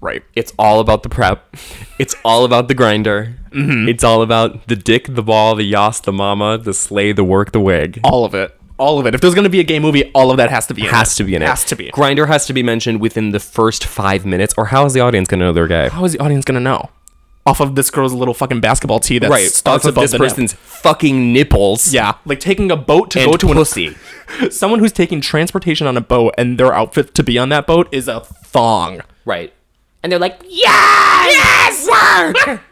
Right.
it's all about the prep. It's all about the grinder.
Mm-hmm.
It's all about the dick, the ball, the yas, the mama, the slay, the work, the wig.
All of it. All of it. If there's gonna be a gay movie, all of that has to be. In
Has to be in it.
Has to be.
Grinder has to be mentioned within the first five minutes, or how is the audience gonna know they're gay?
How is the audience gonna know? Off of this girl's little fucking basketball tee that
Right.
starts
Starts of
above
this
the net.
person's fucking nipples.
Yeah, like taking a boat to
And
go to
pussy.
an someone who's taking transportation on a boat and their outfit to be on that boat is a thong.
Right.
And they're like, "Yes, yes, work."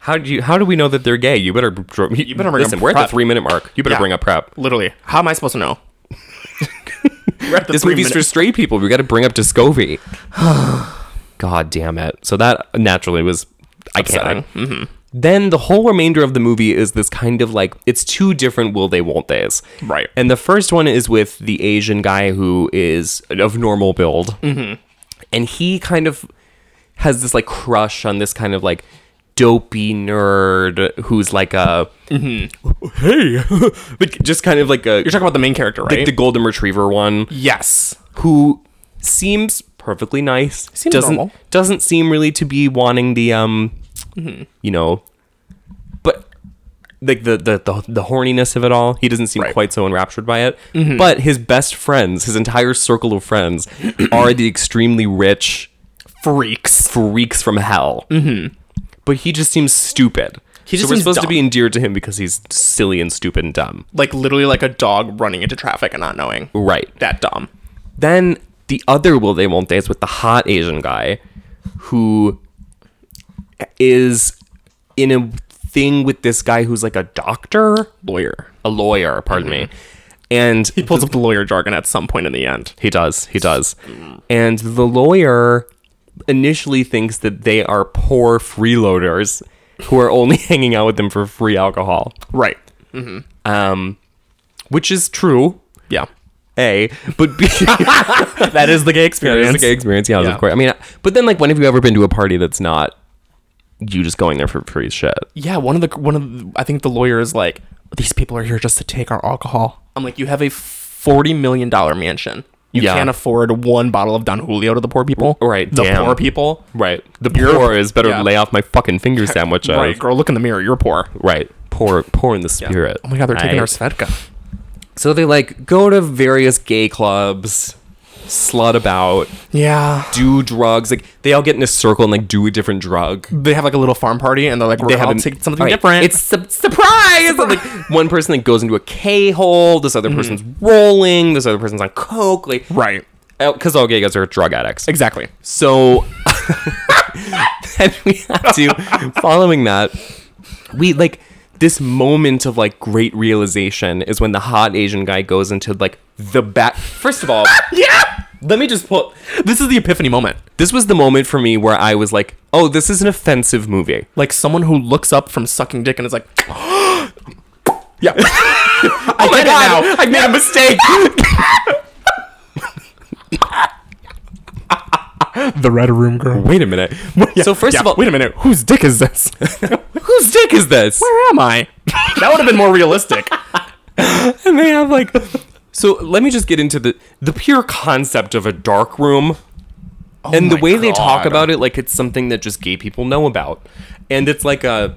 How do you? How do we know that they're gay? You better. dr- You
better
better
bring
listen.
up
We're at
prep.
the three minute mark. You better
Yeah.
bring up prep.
Literally, how am I supposed to know?
This movie's for straight people. We got to bring up Discovy. God damn it! So that naturally was. I can't.
Mm-hmm.
Then the whole remainder of the movie is this kind of like it's two different will they won't they's.
Right.
And the first one is with the Asian guy who is of normal build,
Mm-hmm.
and he kind of has this like crush on this kind of like dopey nerd who's like a hey, but just kind of like a
Mm-hmm. You're talking about the main character, right?
like the golden retriever one
yes,
who seems perfectly nice.
Seems
doesn't
normal.
doesn't seem really to be wanting the um,
Mm-hmm.
you know, but like the, the the the horniness of it all. He doesn't seem
Right. Mm-hmm.
quite so enraptured by it. But his best friends, his entire circle of friends, are the extremely rich
freaks.
freaks from hell. Mm-hmm. But he just seems stupid.
He just
so we're
seems
supposed to
dumb.
be endeared to him because he's silly and stupid and dumb.
Like literally, like a dog running into traffic and not knowing.
Right.
That dumb.
then The other will they won't they is with the hot Asian guy who is in a thing with this guy who's like a doctor,
lawyer. Mm-hmm.
a lawyer, pardon me. And
He pulls up the lawyer jargon at some point in the end.
he does. He does.
Mm.
And the lawyer initially thinks that they are poor freeloaders who are only hanging out with them for free alcohol,
Right.
um, which is true.
Yeah.
A, but B,
That is the gay
that
experience.
is a gay experience. Yeah,
Yeah.
of course. I mean, but then like, when have you ever been to a party that's not you just going there for free shit?
Yeah, one of the one of the, I think the lawyer is like, these people are here just to take our alcohol. I'm like, you have a forty million dollar mansion. You
Yeah.
can't afford one bottle of Don Julio to the poor people.
Right,
The
damn.
poor people.
Right. The
You're-
poor is better
yeah.
lay off my fucking finger sandwiches.
Right. Girl, look in the mirror. You're poor.
Right. Poor, poor in the spirit.
Oh my god, they're taking
Right.
our Svedka.
So they like go to various gay clubs, slut about,
Yeah.
do drugs. Like they all get in a circle and like do a different drug.
They have like a little farm party and they're like, we're
They
gonna all
an-
take something
all right,
different.
It's su- surprise. And, like one person like goes into a K hole. This other person's rolling. This other person's on coke. Like
right.
because all gay guys are drug addicts.
Exactly.
So then we have to following that we like this moment of like great realization is when the hot Asian guy goes into like the back first of all
Yeah.
let me just pull
This is the epiphany moment.
this was the moment for me where I was like oh this is an offensive movie
Like someone who looks up from sucking dick and is like, yeah.
oh my
get it now.
I made a mistake
the red room girl.
wait a minute so first of all
wait a minute. Whose dick is this?
whose dick is this
Where am I? That would have been more realistic.
and they have like so let me just get into the the pure concept of a dark room and the
Oh my
way they talk
God.
about it like it's something that just gay people know about and it's like a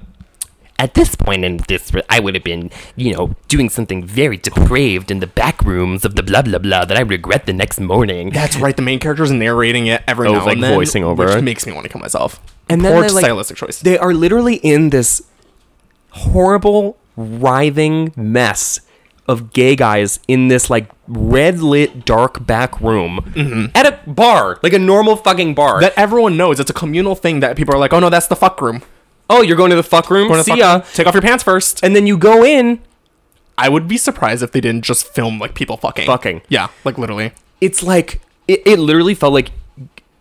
at this point in this i would have been you know doing something very depraved in the back rooms of the blah blah blah that i regret the next morning
That's right. The main character's narrating it every
Oh,
now
like
and then,
voicing over
which
it.
makes me want to kill myself.
and then
Poor
they, like,
stylistic choice.
they are literally in this horrible writhing mess of gay guys in this like red lit dark back room at a bar like a normal fucking bar
Mm-hmm. that everyone knows. It's a communal thing that people are like, "Oh no, that's the fuck room."
oh you're going to the fuck room
Go in the
see
fuck
ya
room. Take off your pants first.
and then you go in
I would be surprised if they didn't just film like people fucking.
Fucking.
Yeah, like literally.
it's like it, it literally felt like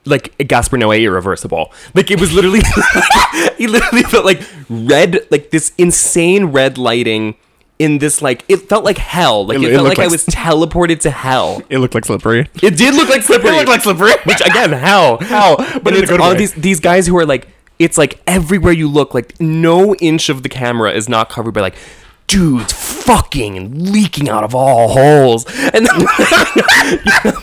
like a Gaspar Noé irreversible. Like it was literally it literally felt like red like this insane red lighting in this like it felt like hell. Like
It-
it,
it
felt
looked
like,
like-
I was teleported to hell.
It looked like slippery.
It did look like slippery.
It looked like slippery.
Which again, hell, hell. But
in a
it's
good
all
way.
these these guys who are like, it's like everywhere you look, like no inch of the camera is not covered by like dudes fucking and leaking out of all holes, and then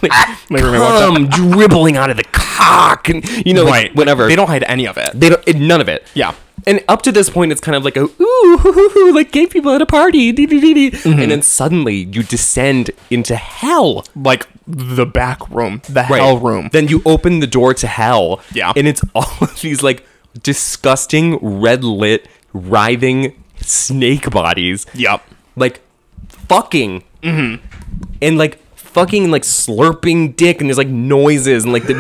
Like, remember what
cum dribbling out of the cock, and you know,
the-
like,
right.
whatever.
They don't hide any of it.
They don't. It, none of it.
Yeah.
And up to this point, it's kind of like a ooh, hoo, hoo, hoo, like gay people at a party, dee, dee, dee, dee. and then suddenly you descend into hell.
Like the back room, the hell room.
Then you open the door to hell.
Yeah.
And it's all of these like disgusting, red lit, writhing snake bodies.
Yep.
Like fucking.
Mm-hmm.
And like fucking like slurping dick and there's like noises and like the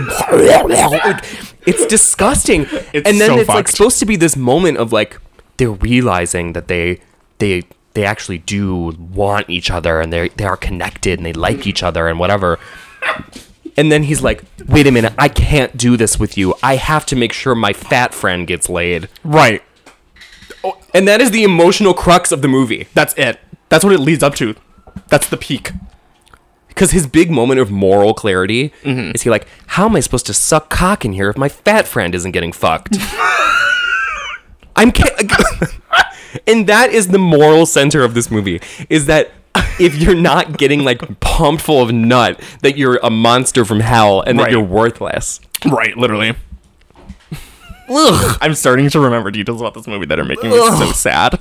like, it's disgusting.
It's
and then
so
it's like
fucked.
supposed to be this moment of like they're realizing that they they they actually do want each other and they they are connected and they like each other and whatever. And then he's like, "Wait a minute, I can't do this with you. I have to make sure my fat friend gets laid."
Right.
And that is the emotional crux of the movie.
That's it. That's what it leads up to. That's the peak.
Because his big moment of moral clarity is he like, how am I supposed to suck cock in here if my fat friend isn't getting fucked? I'm ca- and that is the moral center of this movie is that if you're not getting like pumped full of nut, that you're a monster from hell and
Right.
that you're worthless.
Right, literally.
Ugh.
I'm starting to remember details about this movie that are making me so sad.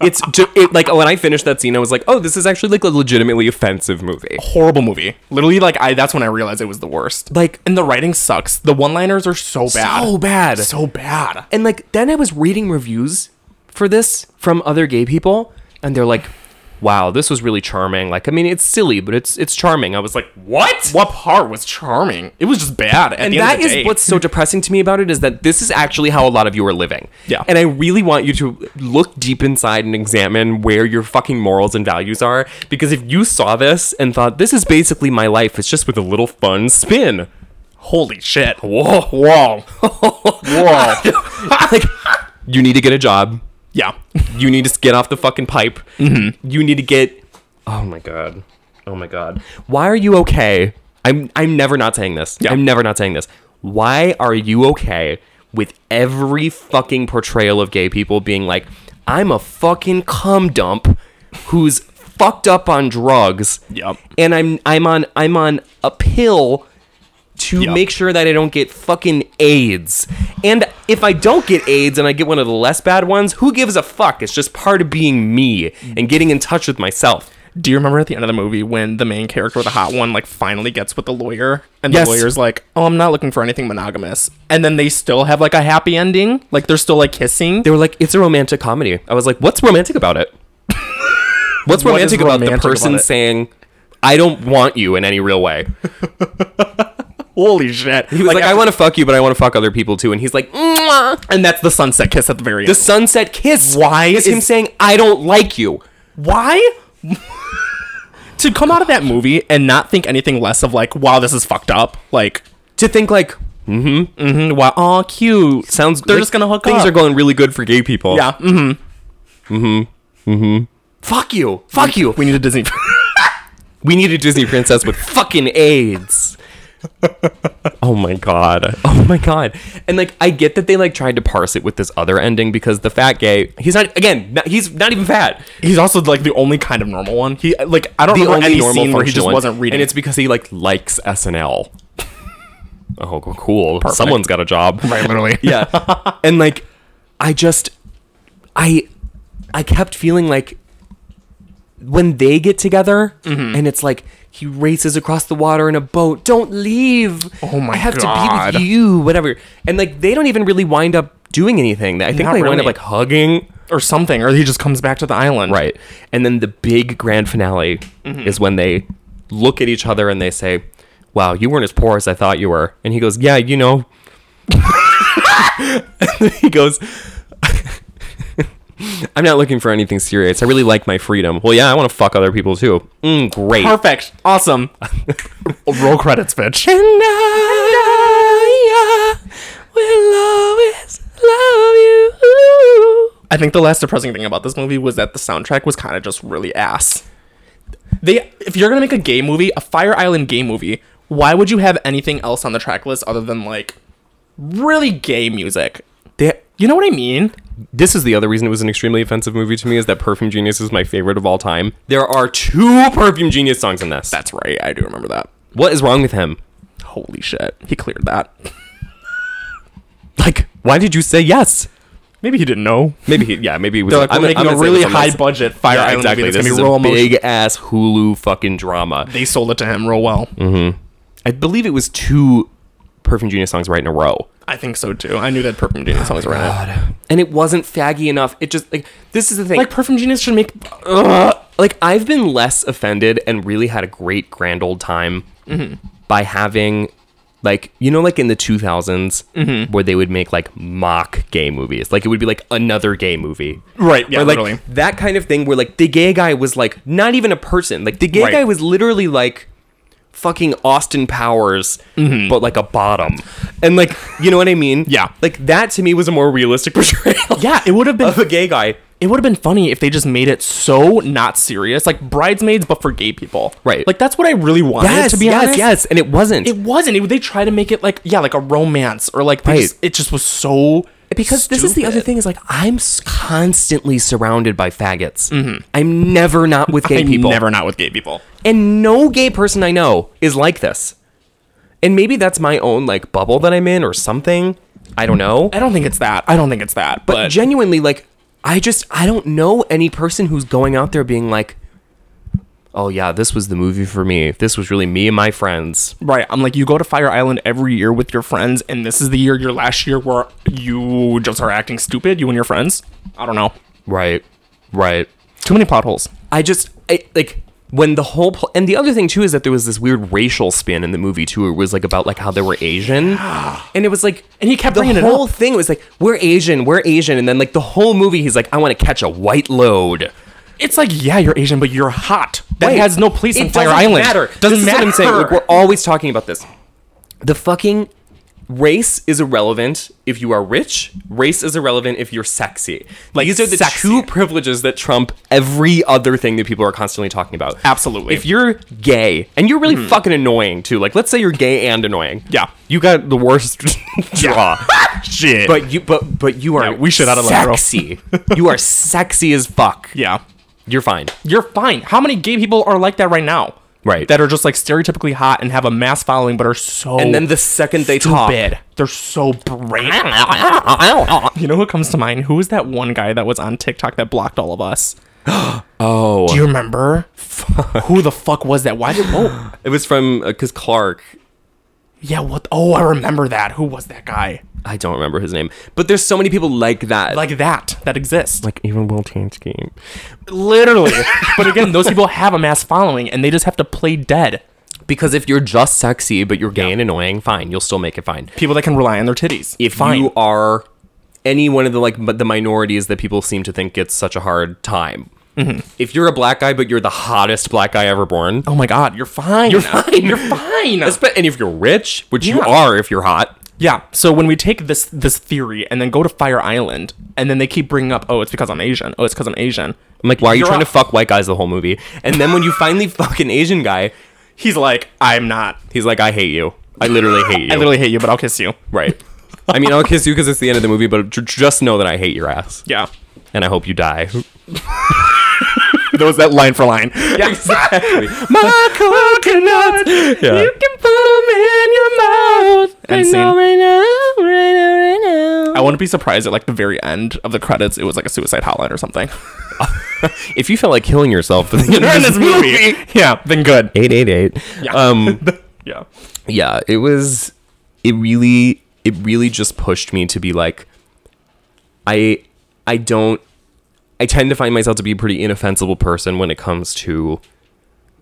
It's ju- it, like when I finished that scene, I was like, oh, this is actually like a legitimately offensive movie.
Horrible movie. Literally, like I that's when I realized it was the worst.
Like-
and the writing sucks. The one-liners are so bad.
So bad.
So bad.
And like then I was reading reviews for this from other gay people, and they're like, wow, this was really charming. Like, I mean, it's silly, but it's it's charming. I was like, what?
What part was charming? It was just bad. At
and
the
that
end of the
is
day.
what's so depressing to me about it is that this is actually how a lot of you are living.
Yeah.
And I really want you to look deep inside and examine where your fucking morals and values are. Because if you saw this and thought, this is basically my life, it's just with a little fun spin.
holy shit.
Whoa, whoa, whoa. like, you need to get a job.
Yeah.
You need to get off the fucking pipe. Mm-hmm. You need to get. Oh my god. Oh my god. Why are you okay? I'm I'm never not saying this. I'm never not saying this. Why are you okay with every fucking portrayal of gay people being like, I'm a fucking cum dump who's fucked up on drugs.
Yep.
And I'm I'm on I'm on a pill to
Yep.
make sure that I don't get fucking AIDS. And if I don't get AIDS and I get one of the less bad ones, who gives a fuck? It's just part of being me and getting in touch with myself.
Do you remember at the end of the movie when the main character, the hot one, like finally gets with the lawyer, and
Yes.
the lawyer's like, "Oh, I'm not looking for anything monogamous," and then they still have like a happy ending, like they're still like kissing.
They were like, it's a romantic comedy. I was like, what's romantic about it? What's
What is
romantic about
romantic
the
about
person
it?
saying, I don't want you in any real way?
Holy shit!
He was like, I
after-
want to fuck you, but I want to fuck other people too. And he's like, "Mwah."
and that's the sunset kiss at the very
the
end.
sunset kiss.
Why
is him
is-
saying, I don't like you?
Why? to come out of that movie and not think anything less of like, wow, this is fucked up. Like,
To think like,
mm, wow, aw, cute.
sounds
They're
like,
just gonna hook
things
up.
are going really good for gay people. Mm-hmm,
Yeah. Mm-hmm.
Fuck you. Fuck you.
We need a Disney.
We need a Disney princess with fucking AIDS. oh my god. Oh my god. And like I get that they like tried to parse it with this other ending because the fat gay, he's not again, not, he's not even fat.
He's also like the only kind of normal one. He like I don't
The
remember
only
any
normal
scene where he
functional
just
one.
wasn't reading.
And it's because he like likes SNL. oh, cool. Someone's got a job.
right, literally.
yeah and like i just i i kept feeling like when they get together
Mm-hmm.
and it's like he races across the water in a boat don't leave
Oh my
i have
God.
to be with you whatever and like they don't even really wind up doing anything i think
Not
they wind up
really.
like hugging
or something, or he just comes back to the island.
right and then the big grand finale is when they look at each other and they say wow you weren't as poor as i thought you were and he goes yeah you know and then he goes i'm not looking for anything serious i really like my freedom well yeah i want to fuck other people too mm, great
Perfect. Awesome. Roll credits, bitch.
and I will always love you
I think the last depressing thing about this movie was that the soundtrack was kind of just really ass. They, if you're gonna make a gay movie, a Fire Island gay movie, why would you have anything else on the track list other than like really gay music?
They-
You know what I mean?
this is the other reason it was an extremely offensive movie to me is that Perfume Genius is my favorite of all time. There are two Perfume Genius songs in this.
That's right. I do remember that.
What is wrong with him?
Holy shit, he cleared that.
Like, why did you say yes?
Maybe he didn't know.
Maybe he, yeah, maybe he was.
They're like, we're
I'm-
making
I'm
a
gonna say
really
this on
high
this.
budget Fire
Yeah,
Island
exactly.
movie
This
that's
is
gonna be real
a
emotional.
big ass Hulu fucking drama.
They sold it to him real well.
Mm. I believe it was two Perfume Genius songs right in a row.
I think so too. I knew that Purple Genius
Oh
songs were in it.
and it wasn't faggy enough. It just like this is the thing.
Like Perfume Genius should make
Ugh. like I've been less offended and really had a great grand old time
Mm-hmm.
by having like you know like in the 2000s
Mm-hmm.
where they would make like mock gay movies like it would be like another gay movie
right, yeah,
or like
literally.
that kind of thing where like the gay guy was like not even a person like the gay
Right.
guy was literally like fucking austin powers but like a bottom and like you know what i mean
Mm-hmm. Yeah.
like that to me was a more realistic portrayal
Yeah, it would have been
of a gay guy
it would have been funny if they just made it so not serious, like bridesmaids, but for gay people.
Right.
Like that's what I really wanted
yes
to be
yes
honest.
yes and it wasn't
It wasn't. It, they tried to make it like yeah, like a romance or like they
Right.
just, it just was so
because this is the other
stupid.
thing is like I'm s- constantly surrounded by faggots. I'm never not with gay
I'm
people,
Mm-hmm. never not with gay people.
and no gay person I know is like this. And maybe that's my own like bubble that I'm in or something. I don't know.
I don't think it's that. I don't think it's that. Uh, But,
But genuinely, like I just I don't know any person who's going out there being like, "Oh yeah, this was the movie for me. This was really me and my friends."
right, I'm like you go to Fire Island every year with your friends, and this is the year, your last year, where you just are acting stupid, you and your friends. I don't know.
Right, right.
Too many plot holes.
I just I, like when the whole pl- and the other thing too is that there was this weird racial spin in the movie too. It was like about like how they were Asian, and it was like
And he kept
the
bringing it
whole
up.
thing was like we're Asian, we're Asian, and then like the whole movie he's like I want to catch a white load.
It's like, yeah, you're Asian, but you're hot. That
Wait,
has no place in
it
Fire
doesn't
Island.
Matter.
Doesn't
This is
matter.
what I'm saying. Like, we're always talking about this. The fucking race is irrelevant if you are rich. Race is irrelevant if you're sexy. Like these are the
sexy.
two privileges that trump every other thing that people are constantly talking about.
Absolutely. Hmm.
If you're gay and you're really fucking annoying too, like let's say you're gay and annoying.
Yeah.
you got the worst draw.
shit.
But you, but but you are
No, we should out of that, bro.
sexy. you are sexy as fuck.
yeah,
You're fine.
you're fine. How many gay people are like that right now?
Right.
That are just like stereotypically hot and have a mass following, but are so
And then the second they talk,
stupid. They're so brave. You know who comes to mind? Who was that one guy that was on TikTok that blocked all of us? oh. Do you remember? Who the fuck was that? Why did. Oh.
It was from because Clark.
Yeah, what? Oh, I remember that. Who was that guy?
I don't remember his name, but there's so many people like that.
Like that, that exists. Like,
even Will Tansky.
literally. but again, those people have a mass following and they just have to play dead.
Because if you're just sexy but you're gay and annoying, fine, you'll still make it fine.
People that can rely on their titties.
If
Fine.
you are any one of the like but the minorities that people seem to think gets such a hard time. If you're a black guy but you're the hottest black guy ever born,
Mm-hmm. oh my god, you're fine. You're fine. You're fine.
espe- and if you're rich, which you
Yeah.
are if you're hot,
Yeah. So when we take this this theory and then go to Fire Island, and then they keep bringing up, oh, it's because I'm Asian. Oh, it's because I'm Asian.
I'm like, why are you
You're
trying
up.
to fuck white guys the whole movie? And then when you finally fuck an Asian guy,
He's like, I'm not.
he's like, I hate you. I literally hate you.
I literally hate you, but I'll kiss you.
Right. I mean, I'll kiss you because it's the end of the movie, but j- just know that I hate your ass.
Yeah.
And I hope you die.
There was that line for line.
Yeah, exactly.
My coconut,
Yeah.
you can put 'em in your mouth.
End scene.
I wouldn't be surprised at like the very end of the credits, it was like a suicide hotline or something.
if you felt like killing yourself at the end
You're
of
in
this
this movie. Yeah, then good.
888. Yeah. Um,
Yeah.
yeah, it was, it really, it really just pushed me to be like, I, I don't, I tend to find myself to be a pretty inoffensible person when it comes to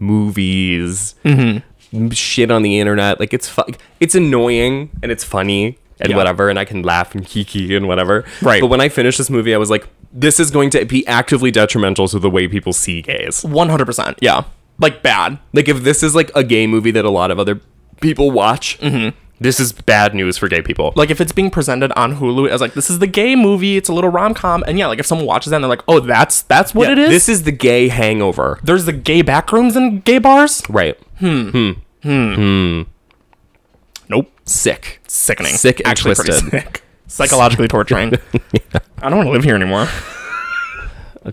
movies,
Mm-hmm.
shit on the internet. Like it's fu- it's annoying and it's funny and
Yeah.
whatever, and I can laugh and kiki and whatever.
Right.
But when I finished this movie, I was like, this is going to be actively detrimental to the way people see gays.
100%. Yeah. Like bad.
Like if this is like a gay movie that a lot of other people watch, this is bad news for gay people.
Like if it's being presented on Hulu as like this is the gay movie, it's a little rom com, and yeah, like if someone watches that and they're like, oh, that's that's what
Yeah,
it is.
This is the gay hangover.
There's the gay backrooms and gay bars.
Right.
Nope.
Sick.
Sickening.
Sick and
Actually, pretty
twisted.
sick. Psychologically torturing. I don't want to live here anymore.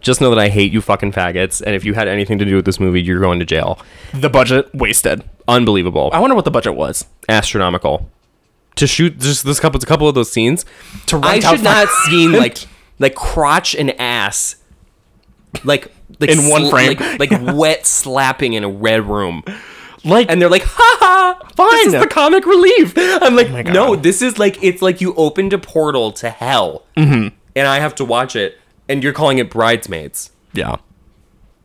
Just know that I hate you fucking faggots, and if you had anything to do with this movie, you're going to jail.
The budget wasted.
Unbelievable.
I wonder what the budget was
astronomical. To shoot just this couple, a couple of those scenes,
to
I
rent out
should not
fi-
seen like like crotch and ass, like like
In one frame.
like, like wet slapping in a red room,
like
and they're like, ha ha, fine, uh, Oh this is
Fine.
the comic relief. I'm like,
my God.
no, this is like it's like you opened a portal to hell, and I have to watch it, and you're calling it bridesmaids.
yeah.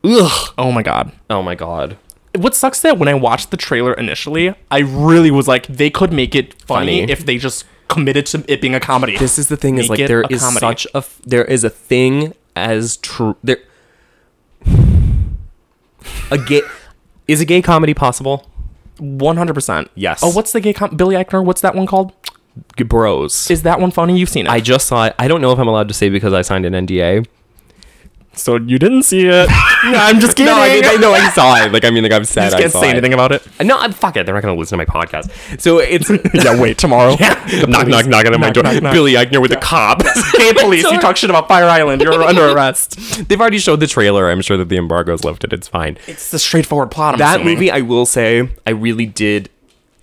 Ugh.
Oh my god.
Oh my god.
What sucks that when I watched the trailer initially, I really was like, they could make it funny,
Funny.
if they just committed to it being a comedy.
this is the thing is
Make
like
it
there
a
is
comedy.
such a f- there is a thing as true there a gay is a gay comedy possible
One hundred percent.
Yes.
Oh, what's the gay com- Billy Eichner? What's that one called?
G- bros
Is that one funny? You've seen it.
i just saw it i don't know if i'm allowed to say because i signed an nda
so you didn't see it. no, I'm just kidding.
no i mean i know i saw it like i mean like i'm sad
just
i
can't
saw
say
it.
anything about it.
no i'm fuck it they're not gonna listen to my podcast so it's
Yeah, wait, tomorrow.
knock knock knock on my
Knock,
door
knock, knock.
billy eichner with a cop
Hey, police,
Sorry.
you talk shit about Fire Island. You're under arrest.
they've already showed the trailer i'm sure that the embargo's lifted it's fine
It's the straightforward plot. I'm
that
assuming.
movie i will say i really did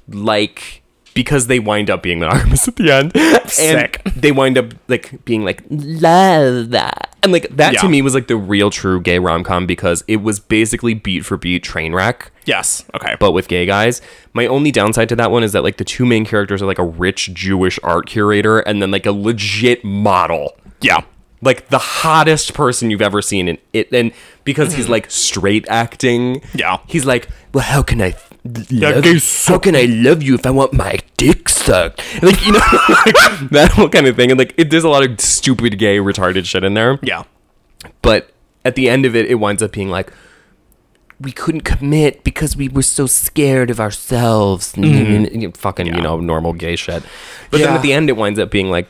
like because they wind up being monogamous at the end And
Sick.
they wind up like being like love that and like that
Yeah.
to me was like the real true gay rom-com because it was basically beat for beat train wreck
Yes. Okay.
but with gay guys my only downside to that one is that like the two main characters are like a rich jewish art curator and then like a legit model
yeah.
like the hottest person you've ever seen in it and because he's like straight acting
Yeah.
he's like well how can i th- love,
gay
how can i love you if i want my dick sucked like you know like, that whole kind of thing and like it, there's a lot of stupid gay retarded shit in there
Yeah.
but at the end of it, it winds up being like, we couldn't commit because we were so scared of ourselves. You know, fucking, you know, normal gay shit. But then
Yeah.
at the end, it winds up being like,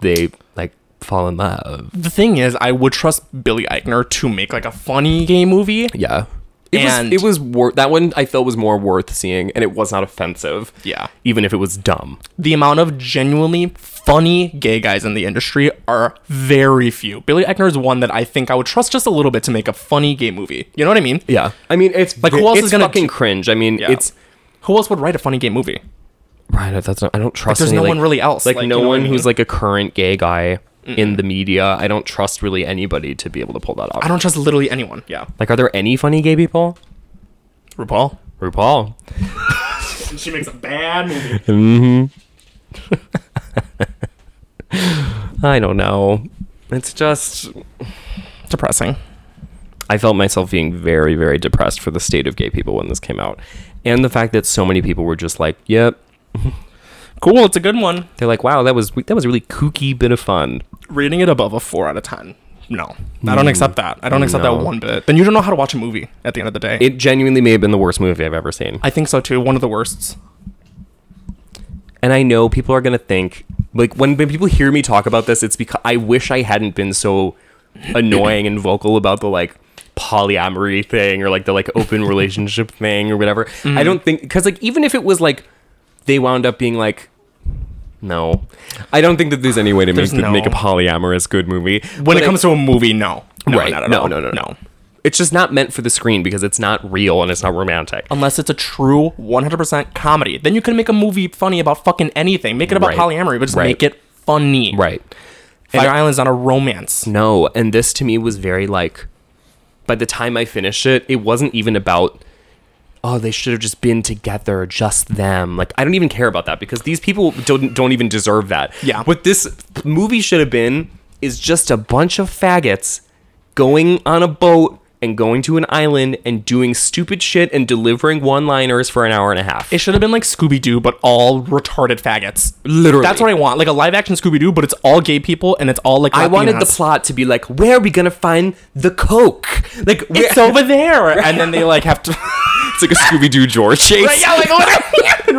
they like fall in love.
The thing is, I would trust Billy Eichner to make like a funny gay movie.
Yeah. It
And-
was it was worth that one I felt was more worth seeing and it was not offensive.
Yeah.
Even if it was dumb.
The amount of genuinely funny gay guys in the industry are very few. Billy Eichner is one that I think I would trust just a little bit to make a funny gay movie. You know what I mean?
Yeah. I mean it's like
who else
it's
is gonna-
fucking cringe. I mean
Yeah.
it's
Who else would write a funny gay movie?
Right, that's not, I don't trust.
there's
any,
no
like-
one really else,
Like,
like,
no
you know what
one
I mean?
who's like a current gay guy in the media. I don't trust really anybody to be able to pull that off.
I don't trust literally anyone. Yeah.
like. Are there any funny gay people?
RuPaul.
RuPaul.
She makes a bad movie.
I don't know. It's just
Depressing.
I felt myself being very very depressed for the state of gay people when this came out, and the fact that so many people were just like, "Yep."
Cool. It's a good one.
They're like, "Wow, that was that was a really kooky bit of fun."
Rating it above a four out of ten. No, I don't accept that. I don't accept
Mm. No.
that one bit. Then you don't know how to watch a movie at the end of the day.
It genuinely may have been the worst movie I've ever seen.
I think so too. One of the worst.
and I know people are gonna think like when, when people hear me talk about this, it's because I wish I hadn't been so annoying and vocal about the like polyamory thing or like the like open relationship thing or whatever.
Mm-hmm.
I don't think because like even if it was like they wound up being like. No, I don't think that there's any way to make,
There's
to make a
no-
polyamorous good movie.
When it comes to a movie, no. No,
right,
not at
no,
all.
no, no, no, it's just not meant for the screen because it's not real and it's not romantic.
Unless it's a true 100% comedy, then you can make a movie funny about fucking anything. Make it about
Right.
polyamory, but just
Right.
make it funny.
Right.
Fire Island's not a romance.
No, and this to me was very like by the time I finished it, it wasn't even about oh, they should have just been together, just them. Like I don't even care about that because these people don't don't even deserve that.
Yeah.
What this movie should have been is just a bunch of faggots going on a boat and going to an island and doing stupid shit and delivering one-liners for an hour and a half.
It should have been like Scooby Doo, but all retarded faggots.
Literally.
That's what I want. Like a live action Scooby Doo, but it's all gay people and it's all like.
I wanted the
Latinas.
plot to be like, where are we gonna find the coke? Like where-
It's over there. And then they like have to.
It's like a Scooby Doo George chase.
Right, yeah, like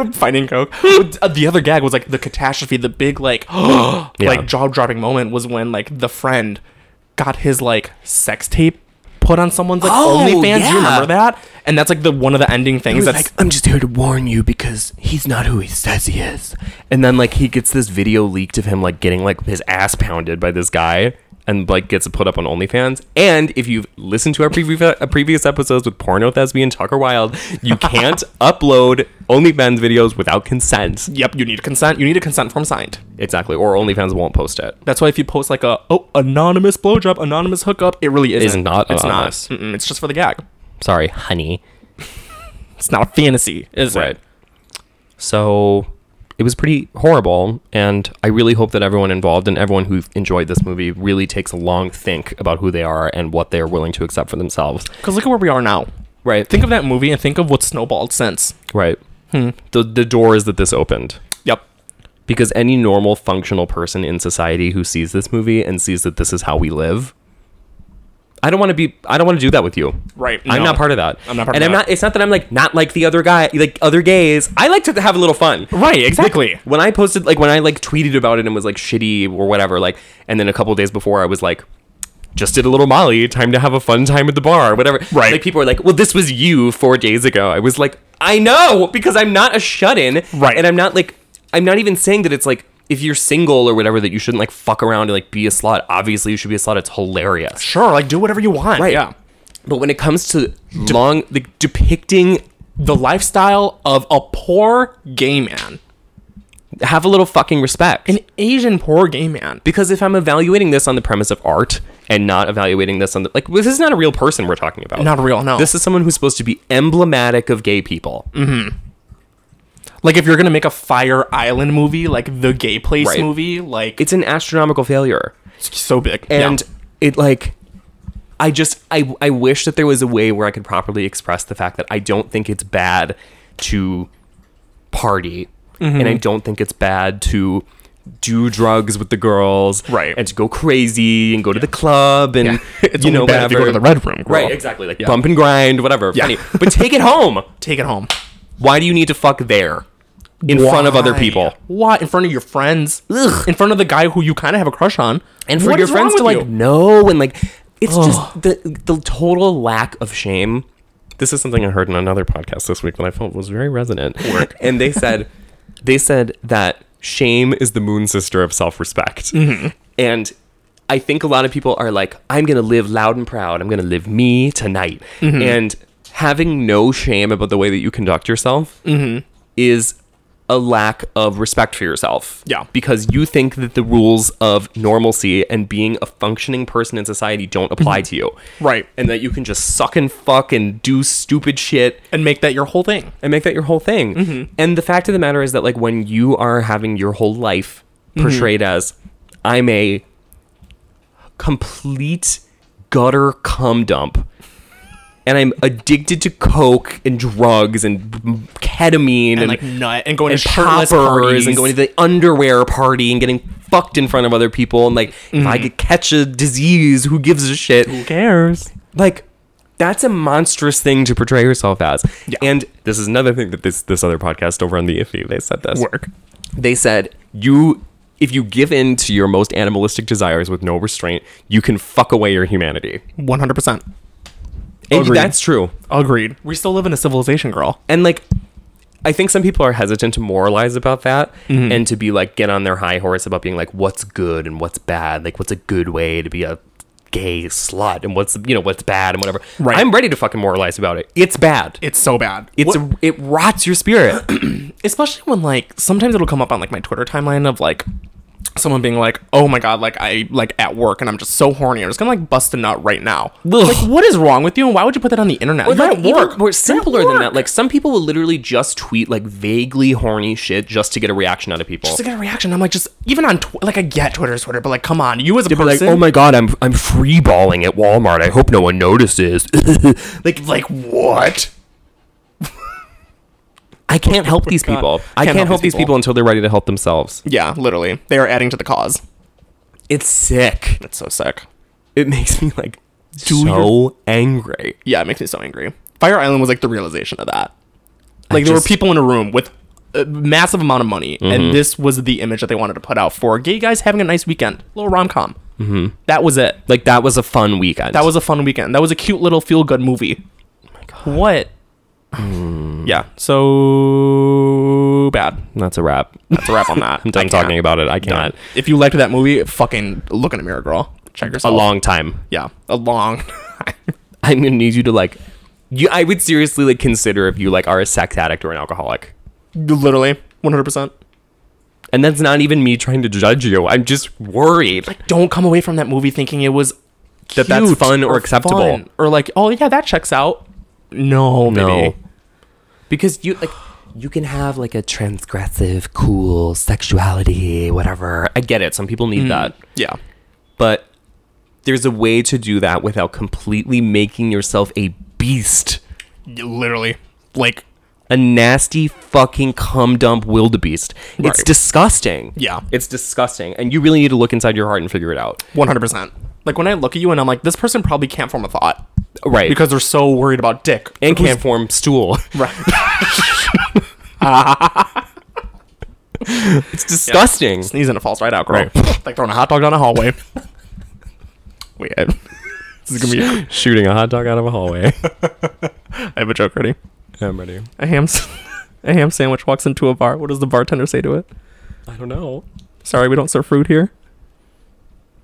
what? Finding Coke. But, uh, the other gag was like the catastrophe, the big like, like jaw dropping moment was when like the friend got his like sex tape put on someone's like
Oh,
OnlyFans. You
yeah.
remember that? And that's like the one of the ending things.
He's
That's
like, I'm just here to warn you because he's not who he says he is. And then like he gets this video leaked of him like getting like his ass pounded by this guy and like gets put up on OnlyFans. And if you've listened to our previous uh, previous episodes with porno thespian Tucker Wild, you can't upload OnlyFans videos without consent.
yep, you need consent. You need a consent form signed.
Exactly, or OnlyFans won't post it.
That's why if you post like a oh anonymous blowjob, anonymous hookup, it really isn't.
Is not
It's
anonymous.
not. Mm-mm, it's just for the gag.
Sorry, honey.
It's not a fantasy, is
Right.
it?
So it was pretty horrible, and I really hope that everyone involved and everyone who enjoyed this movie really takes a long think about who they are and what they are willing to accept for themselves.
Because look at where we are now.
Right.
Think of that movie and think of what snowballed since.
right. Hmm. The the doors that this opened.
Yep.
Because any normal functional person in society who sees this movie and sees that this is how we live, I don't want to be I don't want to do that with you.
Right,
I'm
no.
not part of that.
I'm not part
and
of
I'm
that.
not it's not that I'm like not like the other guy like other gays. I like to have a little fun.
Right. Exactly.
when I posted like when I like tweeted about it and was like shitty or whatever, like and then a couple days before I was like just did a little Molly, time to have a fun time at the bar, whatever.
Right.
Like people are like, Well, this was you four days ago. I was like, I know, because I'm not a shut in.
Right.
And I'm not like I'm not even saying that it's like if you're single or whatever that you shouldn't like fuck around and like be a slut. Obviously you should be a slut. It's hilarious.
Sure, like do whatever you want.
Right.
Yeah.
But when it comes to long like depicting
The lifestyle of a poor gay man,
have a little fucking respect.
an Asian poor gay man.
because if I'm evaluating this on the premise of art and not evaluating this on the like, this is not a real person we're talking about.
Not real, no. Mm.
This is someone who's supposed to be emblematic of gay people.
Like if you're gonna make a Fire Island movie, like the Gay Place
Right.
movie, like
It's an astronomical failure.
so big.
and
Yeah.
it like i just I, I wish that there was a way where i could properly express the fact that i don't think it's bad to party and
Mm-hmm.
i don't think it's bad to do drugs with the girls
Right.
and to go crazy and go to the club and
It's
you know
only bad if you go
whatever.
to the red room, girl.
right exactly like bump and grind whatever
Yeah.
funny. but take it home
take it home
why do you need to fuck there in front of other
Why?
people
Why in front of your friends?
Ugh.
In front of the guy who you kind of have a crush on,
and for
What
your
is wrong
friends to
with
like
you?
know and like it's
Ugh.
just the the total lack of shame this is something i heard in another podcast this week that i felt was very resonant and they said they said that shame is the moon sister of self-respect
Mm-hmm.
and i think a lot of people are like i'm gonna live loud and proud i'm gonna live me tonight
Mm-hmm.
and having no shame about the way that you conduct yourself
Mm-hmm.
is a lack of respect for yourself.
Yeah.
Because you think that the rules of normalcy and being a functioning person in society don't apply to you.
Mm-hmm. Right.
And that you can just suck and fuck and do stupid shit
and make that your whole thing.
and make that your whole thing.
Mm-hmm.
And the fact of the matter is that, like, when you are having your whole life
Mm-hmm.
portrayed as, I'm a complete gutter cum dump, and I'm addicted to coke and drugs and ketamine and,
And, like nut and going
and
to shirtless
poppers
parties
and going to the underwear party and getting fucked in front of other people and like if
Mm-hmm.
I could catch a disease, who gives a shit?
who cares?
like that's a monstrous thing to portray yourself as. And this is another thing that this this other podcast over on the Iffy they said this.
Work.
They said you if you give in to your most animalistic desires with no restraint, you can fuck away your humanity.
One hundred percent.
And
Agreed.
that's true.
Agreed. We still live in a civilization, girl.
And like I think some people are hesitant to moralize about that
Mm-hmm.
and to be like get on their high horse about being like what's good and what's bad, like what's a good way to be a gay slut and what's you know what's bad and whatever.
Right.
I'm ready to fucking moralize about it. It's bad.
It's so bad.
it's
What-
it rots your spirit.
especially when like sometimes it'll come up on like my Twitter timeline of like someone being like, "Oh my god, like I like at work and I'm just so horny. I'm just gonna like bust a nut right now." Like, what is wrong with you? And why would you put that on the internet? You're
like,
at
even
work.
more simpler than that. Like some people will literally just tweet like vaguely horny shit just to get a reaction out of people.
just to get a reaction. I'm like, just even on tw- like I get Twitter's Twitter, but like, come on, you as a
They'll be like,
person,
oh my god, I'm I'm free balling at Walmart. I hope no one notices.
like, like what?
I can't help these people. I can't, help these people. until they're ready to help themselves.
Yeah, literally, they are adding to the cause.
It's sick.
It's so sick.
It makes me like so
your-
angry.
Yeah, it makes me so angry. Fire Island was like the realization of that. Like there
just- Mm-hmm.
were people in a room with a massive amount of money, and this was the image that they wanted to put out for gay guys having a nice weekend, little rom com. Mm-hmm. That was it.
Like that was a fun weekend.
That was a fun weekend. That was a cute little feel good movie.
Oh
What?
Hmm.
Yeah, so bad.
that's a wrap.
That's a wrap on that.
I'm done talking about it. I cannot.
If you liked that movie, fucking look in a mirror, girl. Check
A
yourself.
long time.
yeah, a long.
I'm gonna need you to like. You, I would seriously like consider if you like are a sex addict or an alcoholic,
literally, one hundred percent.
and that's not even me trying to judge you. I'm just worried
don't come away from that movie thinking it was
that that's
cute
fun or, acceptable.
fun, or like oh yeah that checks out no
No,
no
because you like you can have like a transgressive, cool sexuality, whatever. I get it. Some people need that,
yeah
but there's a way to do that without completely making yourself a beast,
Y- literally like
a nasty fucking cum dump wildebeest. It's
Right.
disgusting.
Yeah.
it's disgusting, and you really need to look inside your heart and figure it out.
100% like when i look at you and i'm like this person probably can't form a thought
Right.
because they're so worried about dick
and
Who's-
can't form stool.
right
It's disgusting.
sneezing it falls right out girl like throwing a hot dog down a hallway wait I, this is gonna be
Shooting a hot dog out of a hallway.
i have a joke ready
I'm ready.
a ham s- a ham sandwich walks into a bar what does the bartender say to it
I don't know.
Sorry, we don't serve fruit here.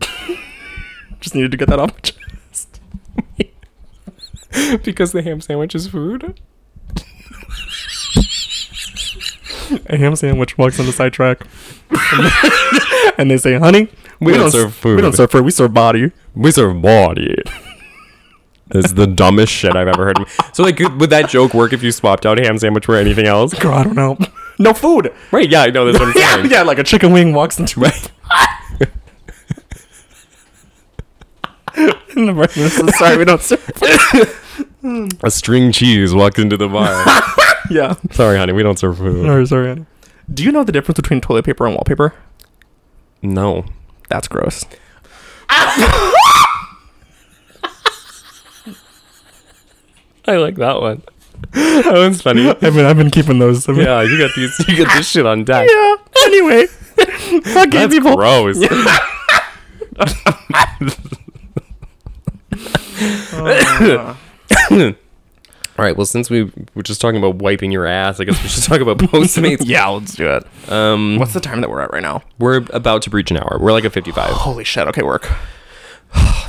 Just needed to get that off my chest.
Because the ham sandwich is food?
A ham sandwich walks on the sidetrack. and they say, honey, we,
don't
don't, serve
serve food."
We don't serve fruit, we serve body.
We serve body. That's the dumbest shit I've ever heard. So, like, could- would that joke work if you swapped out ham sandwich for anything else?
Girl, I don't know. No food.
Right, yeah, I know that's what I'm
yeah,
saying.
yeah, like a chicken wing walks into a in the bar. Sorry, we don't serve.
A string cheese walked into the bar.
Yeah.
sorry, honey, we don't serve food.
Sorry, sorry. Anna. Do you know the difference between toilet paper and wallpaper?
No.
That's gross.
I like that one. That
Oh,
one's funny.
I've been, I've been keeping those. I've been-
Yeah, you got these. You got this shit on deck.
yeah. Anyway, fuck gay
That's
people.
gross.
Oh.
All right. Well, since we were just talking about wiping your ass, I guess we should talk about Postmates.
yeah, let's do it.
Um,
What's the time that we're at right now?
we're about to breach an hour. We're like a 55.
Holy shit. Okay, work.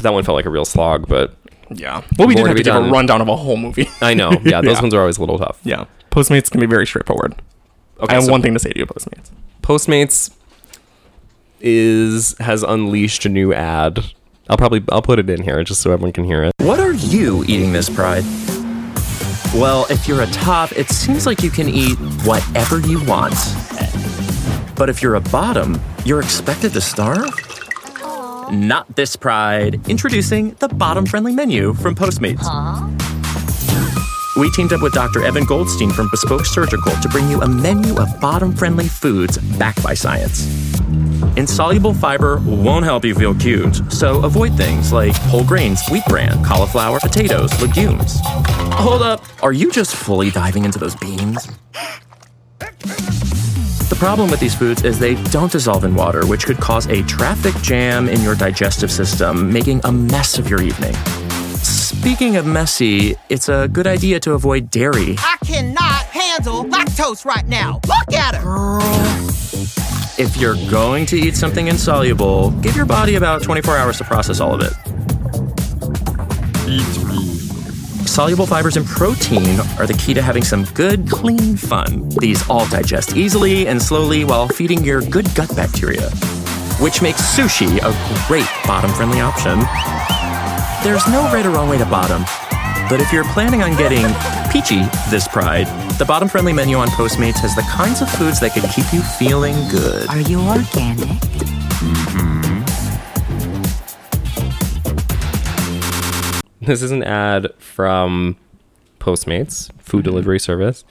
That one felt like a real slog, but
Yeah. Well, we
More
did
to
have
be
to give
done.
a rundown of a whole movie.
I know. Yeah, those
Yeah.
ones are always a little tough.
yeah. Postmates can be very straightforward.
Okay,
I have
so
one thing to say to you, Postmates.
Postmates is has unleashed a new ad. I'll probably I'll put it in here just so everyone can hear it.
What are you eating, Miss Pride? Well, if you're a top, it seems like you can eat whatever you want. But if you're a bottom, you're expected to starve? Not this pride. Introducing the bottom friendly menu from Postmates. We teamed up with Dr. Evan Goldstein from Bespoke Surgical to bring you a menu of bottom friendly foods backed by science. Insoluble fiber won't help you feel cute, so avoid things like whole grains, wheat bran, cauliflower, potatoes, legumes. Hold up, are you just fully diving into those beans? The problem with these foods is they don't dissolve in water, which could cause a traffic jam in your digestive system, making a mess of your evening. Speaking of messy, it's a good idea to avoid dairy
I cannot handle lactose right now. Look at her.
If you're going to eat something insoluble, give your body about 24 hours to process all of it. Soluble fibers and protein are the key to having some good, clean fun. These all digest easily and slowly while feeding your good gut bacteria, which makes sushi a great bottom friendly option. There's no right or wrong way to bottom, but if you're planning on getting peachy this pride, the bottom friendly menu on Postmates has the kinds of foods that could keep you feeling good.
Are you organic?
This is an ad from Postmates, food delivery service.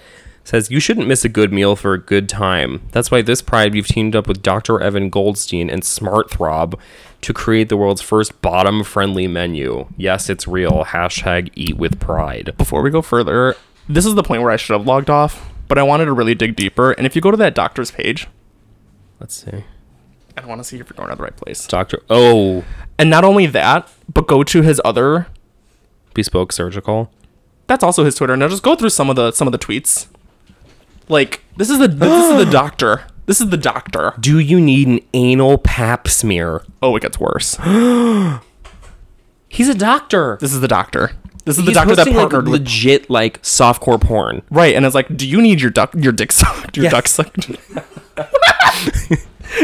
Says you shouldn't miss a good meal for a good time. That's why this pride we've teamed up with Dr. Evan Goldstein and Smart Throb to create the world's first bottom-friendly menu. Yes, it's real. Hashtag eat with pride.
Before we go further, this is the point where I should have logged off, but I wanted to really dig deeper. And if you go to that doctor's page,
Let's see.
I want to see if you're going to the right place.
Doctor Oh,
And not only that, but go to his other.
bespoke surgical.
That's also his Twitter. Now just go through some of the some of the tweets. Like this is the this is the doctor. This is the doctor.
Do you need an anal pap smear?
Oh, it gets worse.
He's a doctor.
This is the doctor. This is the
He's
doctor that
posting, like,
partnered with
legit like softcore porn.
Right, and it's like, do you need your duck, your dick sucked, your duck sucked?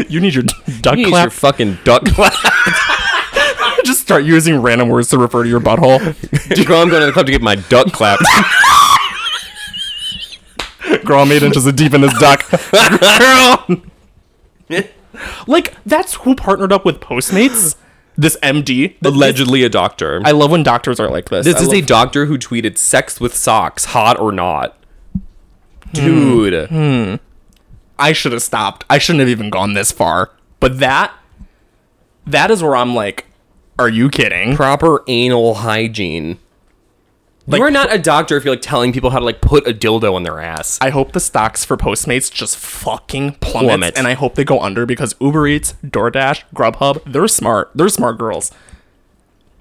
you need your d- duck
You use your
clap.
fucking duck clap.
Just start using random words to refer to your butthole.
Girl, I'm going to the club to get my duck clapped.
Girl, I'm eight inches deep in this duck. Girl, like that's who partnered up with Postmates. This MD,
Allegedly a doctor.
I love when doctors are like this.
this
I
is a
love-
doctor who tweeted sex with socks, hot or not.
Hmm.
Dude.
I should have stopped. I shouldn't have even gone this far. But that, that is where I'm like, are you kidding?
Proper anal hygiene.
Like-
you are not a doctor if you're like telling people how to like put a dildo on their ass.
I hope the stocks for Postmates just fucking plummet,
Plummet.
and I hope they go under because Uber Eats, DoorDash, Grubhub, they're smart. They're smart girls.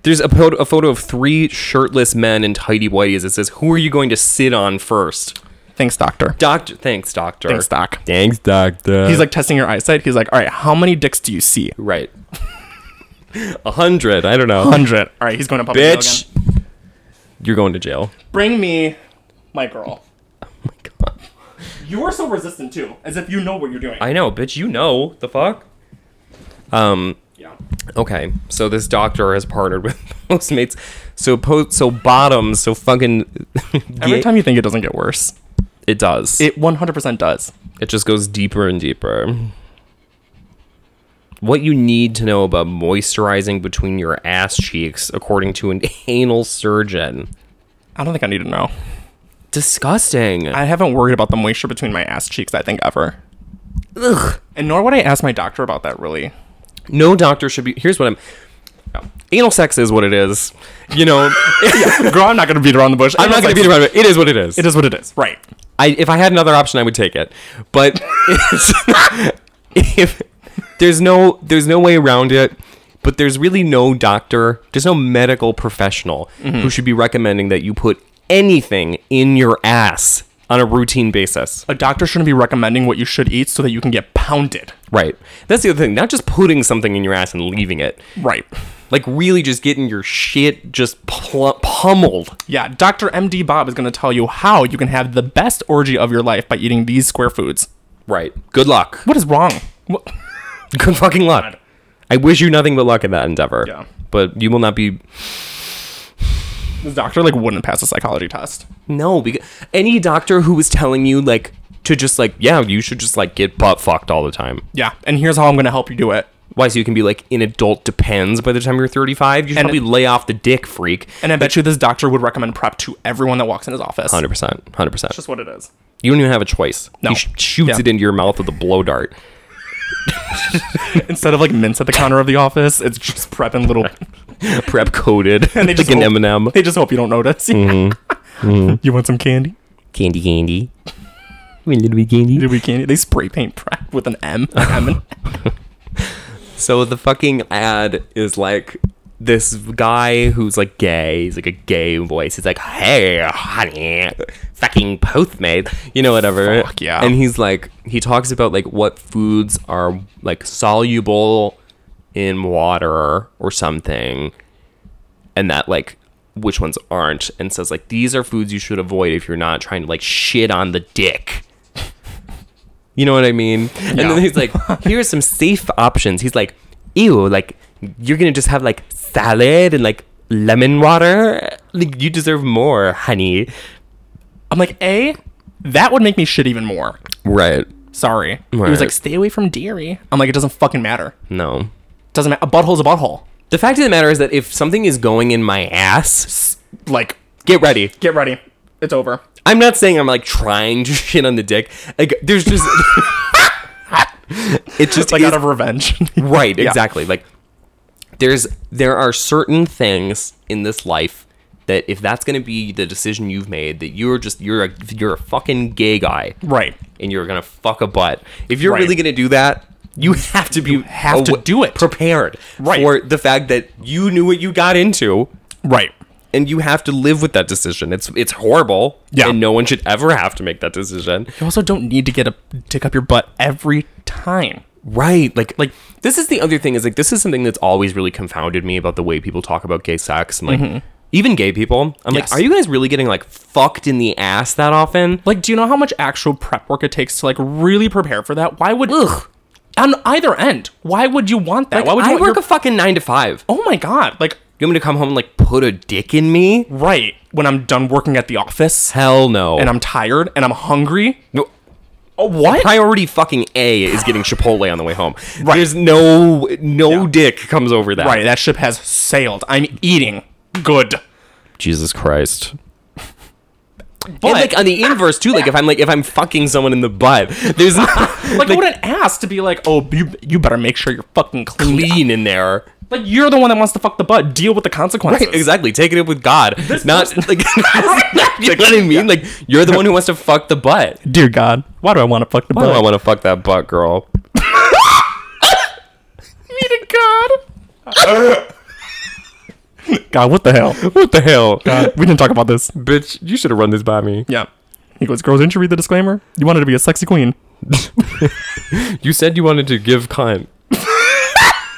There's a, po- a photo of three shirtless men in tidy whities. It says, "Who are you going to sit on first?
Thanks, doctor.
Doctor. Thanks, doctor.
Thanks, doc.
Thanks, doctor.
He's like testing your eyesight. He's like, all right, how many dicks do you see?
right. A hundred. I don't know.
Hundred. All right, he's going to public jail
Bitch,
again.
you're going to jail.
Bring me my girl.
Oh my god.
You are so resistant too, as if you know what you're doing.
I know, bitch. You know the fuck. Um.
yeah.
Okay. So this doctor has partnered with Postmates. So po- so bottoms. So fucking.
Every
Yeah,
time you think it doesn't get worse,
it does. It,
it 100% does.
it just goes deeper and deeper. what you need to know about moisturizing between your ass cheeks, according to an anal surgeon.
I don't think I need to know.
Disgusting.
I haven't worried about the moisture between my ass cheeks, I think, ever. Ugh. And nor would I ask my doctor about that, really.
no doctor should be. Here's what I'm. Anal sex is what it is. You know,
Girl, I'm not going to beat around the bush.
I'm not going to beat around it. It is what it is.
It is what it is. Right.
I, if I had another option, I would take it. But it's, if there's no there's no way around it, but there's really no doctor, there's no medical professional
Mm-hmm.
who should be recommending that you put anything in your ass on a routine basis.
A doctor shouldn't be recommending what you should eat so that you can get pounded.
Right. That's the other thing. Not just putting something in your ass and leaving it.
Right.
Like really just getting your shit just pl- pummeled.
Yeah, Dr. MD Bob is going to tell you how you can have the best orgy of your life by eating these square foods.
Right. Good luck.
What is wrong? What?
Good fucking luck. I wish you nothing but luck in that endeavor.
Yeah.
But you will not be
The doctor like wouldn't pass a psychology test.
No, because any doctor who was telling you like to just like yeah, you should just like get butt fucked all the time.
Yeah, and here's how I'm going to help you do it.
Why? So you can be like an adult depends by the time you're 35. You should
And-
probably lay off the dick, freak.
And I bet you this doctor would recommend prep to everyone that walks in his office.
100 percent, 100 percent.
Just what it is.
You don't even have a choice.
No.
He sh- shoots
Yeah.
it into your mouth with a blow dart.
Instead of like mints at the counter of the office, it's just prep and little.
Prep coated,
And they
like
just
an
hope-
M&M.
They just hope you don't notice. Yeah. you want some candy?
Candy, candy. We need to be candy.
Did we candy? They spray paint prep with an M. An M and-
So the fucking ad is like this guy who's like gay. He's like a gay voice. He's like, "Hey, honey, fucking Postmates," you know, whatever.
Fuck, yeah.
And he's like, he talks about like what foods are like soluble in water or something, and that like which ones aren't, and says like these are foods you should avoid if you're not trying to like shit on the dick. You know what I mean? And
Yeah.
then he's like, here are some safe options. He's like, ew, like you're gonna just have like salad and like lemon water. Like you deserve more, honey.
I'm like, A, that would make me shit even more.
Right.
Sorry. He
Right.
was like, stay away from dairy. I'm like, it doesn't fucking matter.
No.
Doesn't matter. A butthole's a butthole.
The fact of the matter is that if something is going in my ass,
Like,
get ready.
get ready. It's over.
I'm not saying I'm like trying to shit on the dick. Like there's just it's just
Like
is-
out of revenge.
right
Yeah.
exactly like there's there are certain things in this life that if that's going to be the decision you've made that you're just you're a you're a fucking gay guy
right.
and you're going to fuck a butt if you're
Right.
really going to do that you have to be
have to
awa-
do it.
prepared
Right.
for the fact that you knew what you got into
Right.
and you have to live with that decision it's it's horrible
Yeah.
and no one should ever have to make that decision
You also don't need to get a dick up your butt every time.
Right. Like like this is the other thing is like this is something that's always really confounded me about the way people talk about gay sex and like even gay people. I'm
Yes.
like, are you guys really getting like fucked in the ass that often?
Like, do you know how much actual prep work it takes to like really prepare for that? Why would Ugh. on either end? Why would you want that?
Like,
why would you
I
want
work
your-
a fucking nine to five.
oh my god! Like,
You want me to come home and like put a dick in me?
right when I'm done working at the office
Hell no.
and I'm tired and I'm hungry.
No.
Oh, what?
priority fucking A is getting Chipotle on the way home. There's no no dick comes over that.
Right, that ship has sailed. I'm eating good.
Jesus Christ.
But
and like on the inverse too, like if I'm like if I'm fucking someone in the butt, there's no,
like, I wouldn't ask to be like, oh, you, you better make sure you're fucking clean.
lean in there.
Like, you're the one that wants to fuck the butt. Deal with the consequences.
Right, exactly. Taking it with God. not like you know what I mean? Like you're the one who wants to fuck the butt.
Dear God, why do I want to fuck the
Why do I want to fuck that butt, girl?
God, what the hell? Uh,
What the hell?
we didn't talk about this.
Bitch, you should have run this by me.
Yeah. He goes, girls, didn't you read the disclaimer? You wanted to be a sexy queen.
You said you wanted to give cunt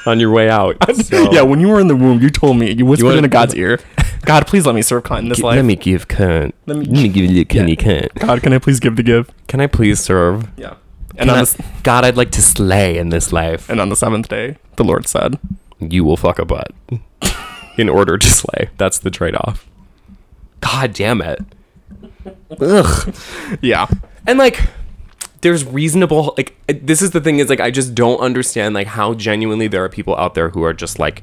on your way out. so-
Yeah, when you were in the womb, you told me. You whispered
wanna-
into God's ear, God, please let me serve cunt in this
G-
life.
Let me give cunt. Let
Let
me,
me-
give you a cunty cunt.
God, can I please give the give?
Can I please serve?
Yeah. And
Can
on,
I-
the,
God, I'd like to slay in this life.
and on the seventh day, the Lord said,
you will fuck a butt in order to slay. That's the trade off. God damn it. Ugh.
yeah.
And like, there's reasonable like this is the thing is like I just don't understand like how genuinely there are people out there who are just like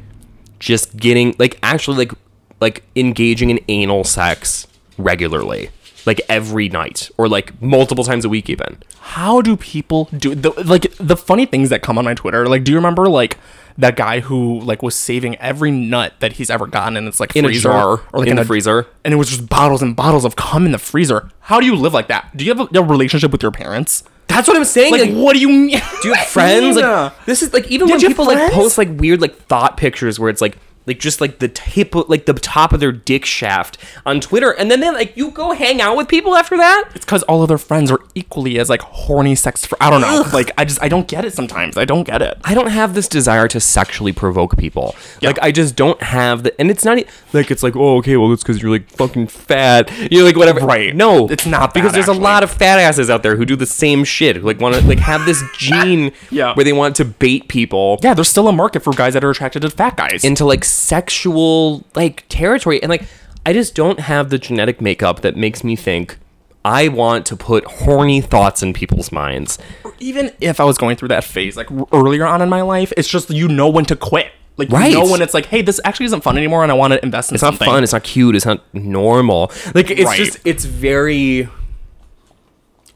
just getting like actually like like engaging in anal sex regularly like every night or like multiple times a week even
how do people do the like the funny things that come on my Twitter? Like, do you remember like that guy who like was saving every nut that he's ever gotten, and it's like
In a
freezer,
jar,
or like
in the freezer.
and it was just bottles and bottles of cum in the freezer. How do you live like that? Do you have a, a relationship with your parents?
that's what I'm saying
Like, what do you mean?
do you have friends?
Yeah.
Like this is like even
Did
when
you have
people like
friends?
post like weird like thought pictures where it's like like just like the tip like the top of their dick shaft on Twitter, and then they like you go hang out with people after that.
it's because all of their friends are equally as like horny sex. Fr- I don't know. Like, I just I don't get it sometimes. I don't get it.
I don't have this desire to sexually provoke people. Like I just don't have the, and it's not e- like it's like oh okay well it's because you're like fucking fat you're like whatever
Right.
no
It's not that,
because there's
actually.
a lot of fat asses out there who do the same shit who like want to like have this gene
Yeah.
where they want to bait people
Yeah, there's still a market for guys that are attracted to fat guys.
into like sexual like territory and like i just don't have the genetic makeup that makes me think i want to put horny thoughts in people's minds
even if I was going through that phase like r- earlier on in my life, it's just you know when to quit. Like
Right.
you know when it's like, hey, this actually isn't fun anymore, and I want to invest in
it's
something.
not fun it's not cute it's not normal like it's
Right.
just it's very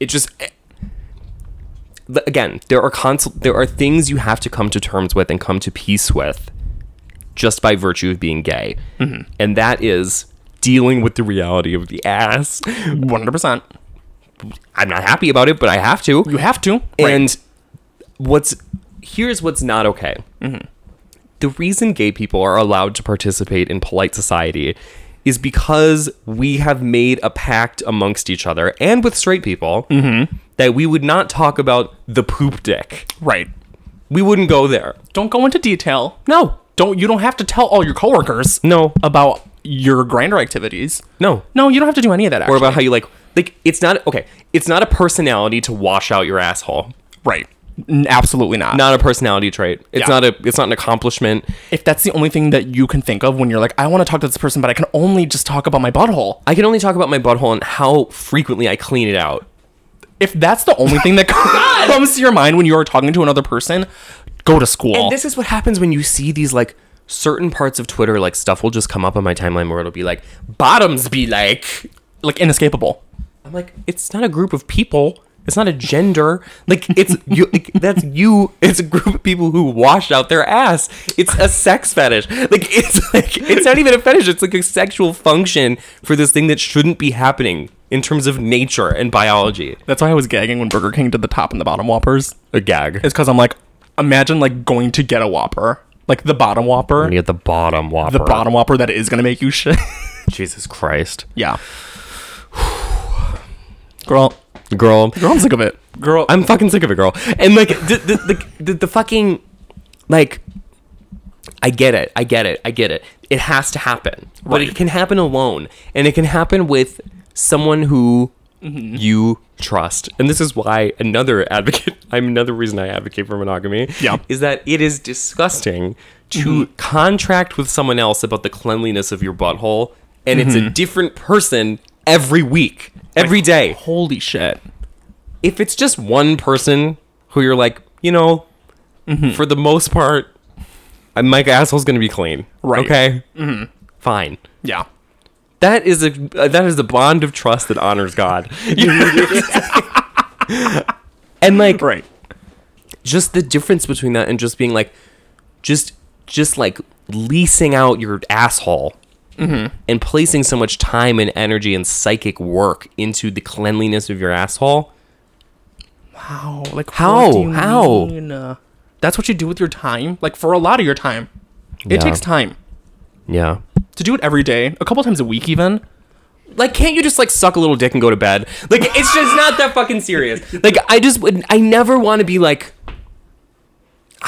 it just Th- again there are cons- there are things you have to come to terms with and come to peace with just by virtue of being gay
Mm-hmm.
and that is dealing with the reality of the ass
One hundred percent.
i'm not happy about it but i have to
You have to. right.
and what's here's what's not okay.
Mm-hmm.
The reason gay people are allowed to participate in polite society is because we have made a pact amongst each other and with straight people
Mm-hmm.
that we would not talk about the poop dick.
right.
We wouldn't go there.
Don't go into detail.
No,
Don't you don't have to tell all your coworkers
no,
about your grinder activities.
no.
No, you don't have to do any of that. Actually.
Or about how you like like it's not okay. It's not a personality to wash out your asshole.
right. N- absolutely not.
Not a personality trait. It's
Ah. Yeah.
not a. It's not an accomplishment.
If that's the only thing that you can think of when you're like, I want to talk to this person, but I can only just talk about my butthole.
I can only talk about my butthole and how frequently I clean it out.
If that's the only thing that comes to your mind when you are talking to another person, go to school.
And this is what happens when you see these like certain parts of Twitter, like stuff will just come up on my timeline where it'll be like, bottoms be like.
like inescapable.
I'm like, it's not a group of people. It's not a gender. Like it's you like, that's you. It's a group of people who wash out their ass. It's a sex fetish. Like it's like it's not even a fetish. It's like a sexual function for this thing that shouldn't be happening in terms of nature and biology.
That's why I was gagging when Burger King did the top and the bottom Whoppers.
A gag.
It's because I'm like, imagine like going to get a Whopper, like the bottom Whopper,
at the bottom whopper.
the bottom Whopper that is gonna make you shit.
Jesus Christ.
yeah. Girl,
Girl.
girl, I'm sick of it. Girl,
I'm fucking sick of it, girl. And like the the the, the, the fucking like I get it. I get it. I get it. It has to happen. But it can happen alone and it can happen with someone who you trust. And this is why another advocate I'm another reason I advocate for monogamy
Yeah.
is that it is disgusting to contract with someone else about the cleanliness of your butthole and it's a different person every week, every day
holy shit.
if it's just one person who you're like, you know, for the most part, uh, my asshole's gonna be clean.
Right.
Okay. Mm-hmm. Fine.
Yeah.
That is a uh, that is a bond of trust that honors God. and like,
Right.
just the difference between that and just being like, just just like leasing out your asshole. And placing so much time and energy and psychic work into the cleanliness of your asshole,
How? oh, Like
How?
what do you
How?
mean? Uh, That's what you do with your time. Like for a lot of your time,
Yeah.
it takes time
yeah,
to do it every day, a couple times a week even.
Like, can't you just like suck a little dick and go to bed? Like, it's just not that fucking serious. Like, I just would, I never want to be like,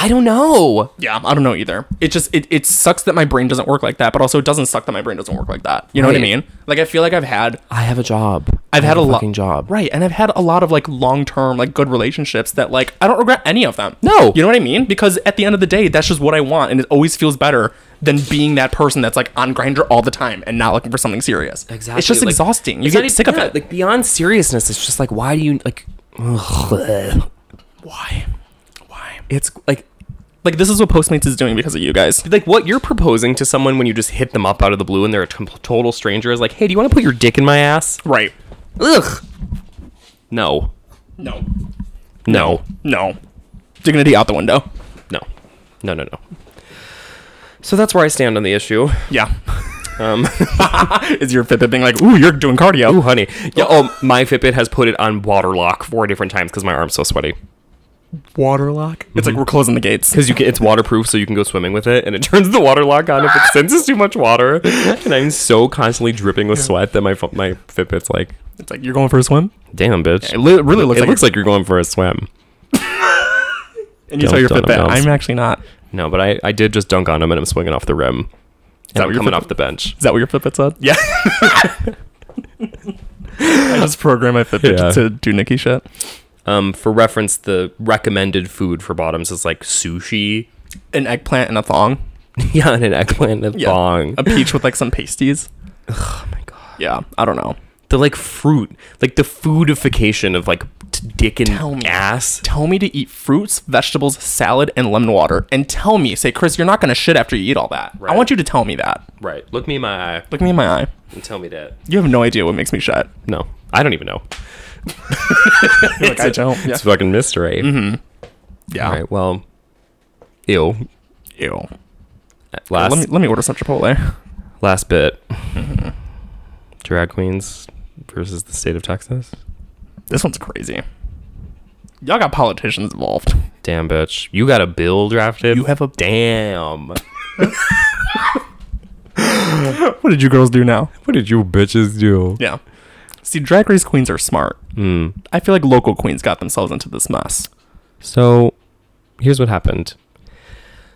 I don't know.
Yeah, I don't know either. It just it, it sucks that my brain doesn't work like that, but also it doesn't suck that my brain doesn't work like that. You know what I
Right.
mean? Like I feel like I've had
I have a job.
I've
I
had
have
a
a
lot
fucking job.
right? And I've had a lot of like long term, like good relationships that like I don't regret any of them.
No.
you know what I mean? Because at the end of the day, that's just what I want, and it always feels better than being that person that's like on grinder all the time and not looking for something serious.
Exactly.
it's just
like,
exhausting. You
it's not
get
even-
sick of
yeah,
it.
Like beyond seriousness, it's just like, why do you like?
Why? Why?
It's like
Like this is what Postmates is doing because of you guys.
like what you're proposing to someone when you just hit them up out of the blue and they're a t- total stranger is like, hey, do you want to put your dick in my ass?
Right.
Ugh. No.
No.
No.
No. Dignity out the window.
No. No. No. No. So that's where I stand on the issue.
Yeah. Um, is your Fitbit being like, ooh, you're doing cardio?
Ooh, honey. Yeah, oh, my Fitbit has put it on water lock four different times because my arm's so sweaty.
water lock? It's
Mm-hmm.
like we're closing the gates.
Because you can, it's waterproof, so you can go swimming with it, and it turns the water lock on if it senses too much water. And I'm so constantly dripping with sweat that my pho- my Fitbit's like,
It's like you're going for a swim.
damn, bitch.
It li- really looks
it
like
looks like you're going for a swim.
and you tell your
Dum-dum
Fitbit,
dumps.
I'm actually not.
No, but I, I did just dunk on him, and I'm swinging off the
that
rim. And
what
I'm
your
coming
Fitbit-
off the bench.
Is that what your Fitbit said? Yeah. I just program my Fitbit
Yeah.
to do Nikki shit.
Um, for reference, the recommended food for bottoms is like sushi.
An eggplant and a thong.
Yeah, and an eggplant and a
Yeah.
thong.
A peach with like some pasties. Oh my god. Yeah. I don't know.
The like fruit, like the foodification of like t- dick and
Tell me.
ass.
Tell me to eat fruits, vegetables, salad, and lemon water, and tell me, say, Chris, you're not gonna shit after you eat all that. I
Right.
want you to tell me that.
Right. Look me in my eye
Look me in my eye.
and tell me that.
You have no idea what makes me shit.
No, I don't even know.
You're like, I don't. Yeah. Mm-hmm.
It's fucking mystery.
yeah.
All right. Well, ew.
Ew.
Last
Let Mm-hmm. me let me order some Chipotle.
last bit. Drag queens versus the state of Texas.
This one's crazy. Y'all got politicians involved.
Damn, bitch. You got a bill drafted.
You have a-
damn.
What did you girls do now?
What did you bitches do?
Yeah. See, drag race queens are smart.
Hmm.
I feel like local queens got themselves into this mess.
So, here's what happened.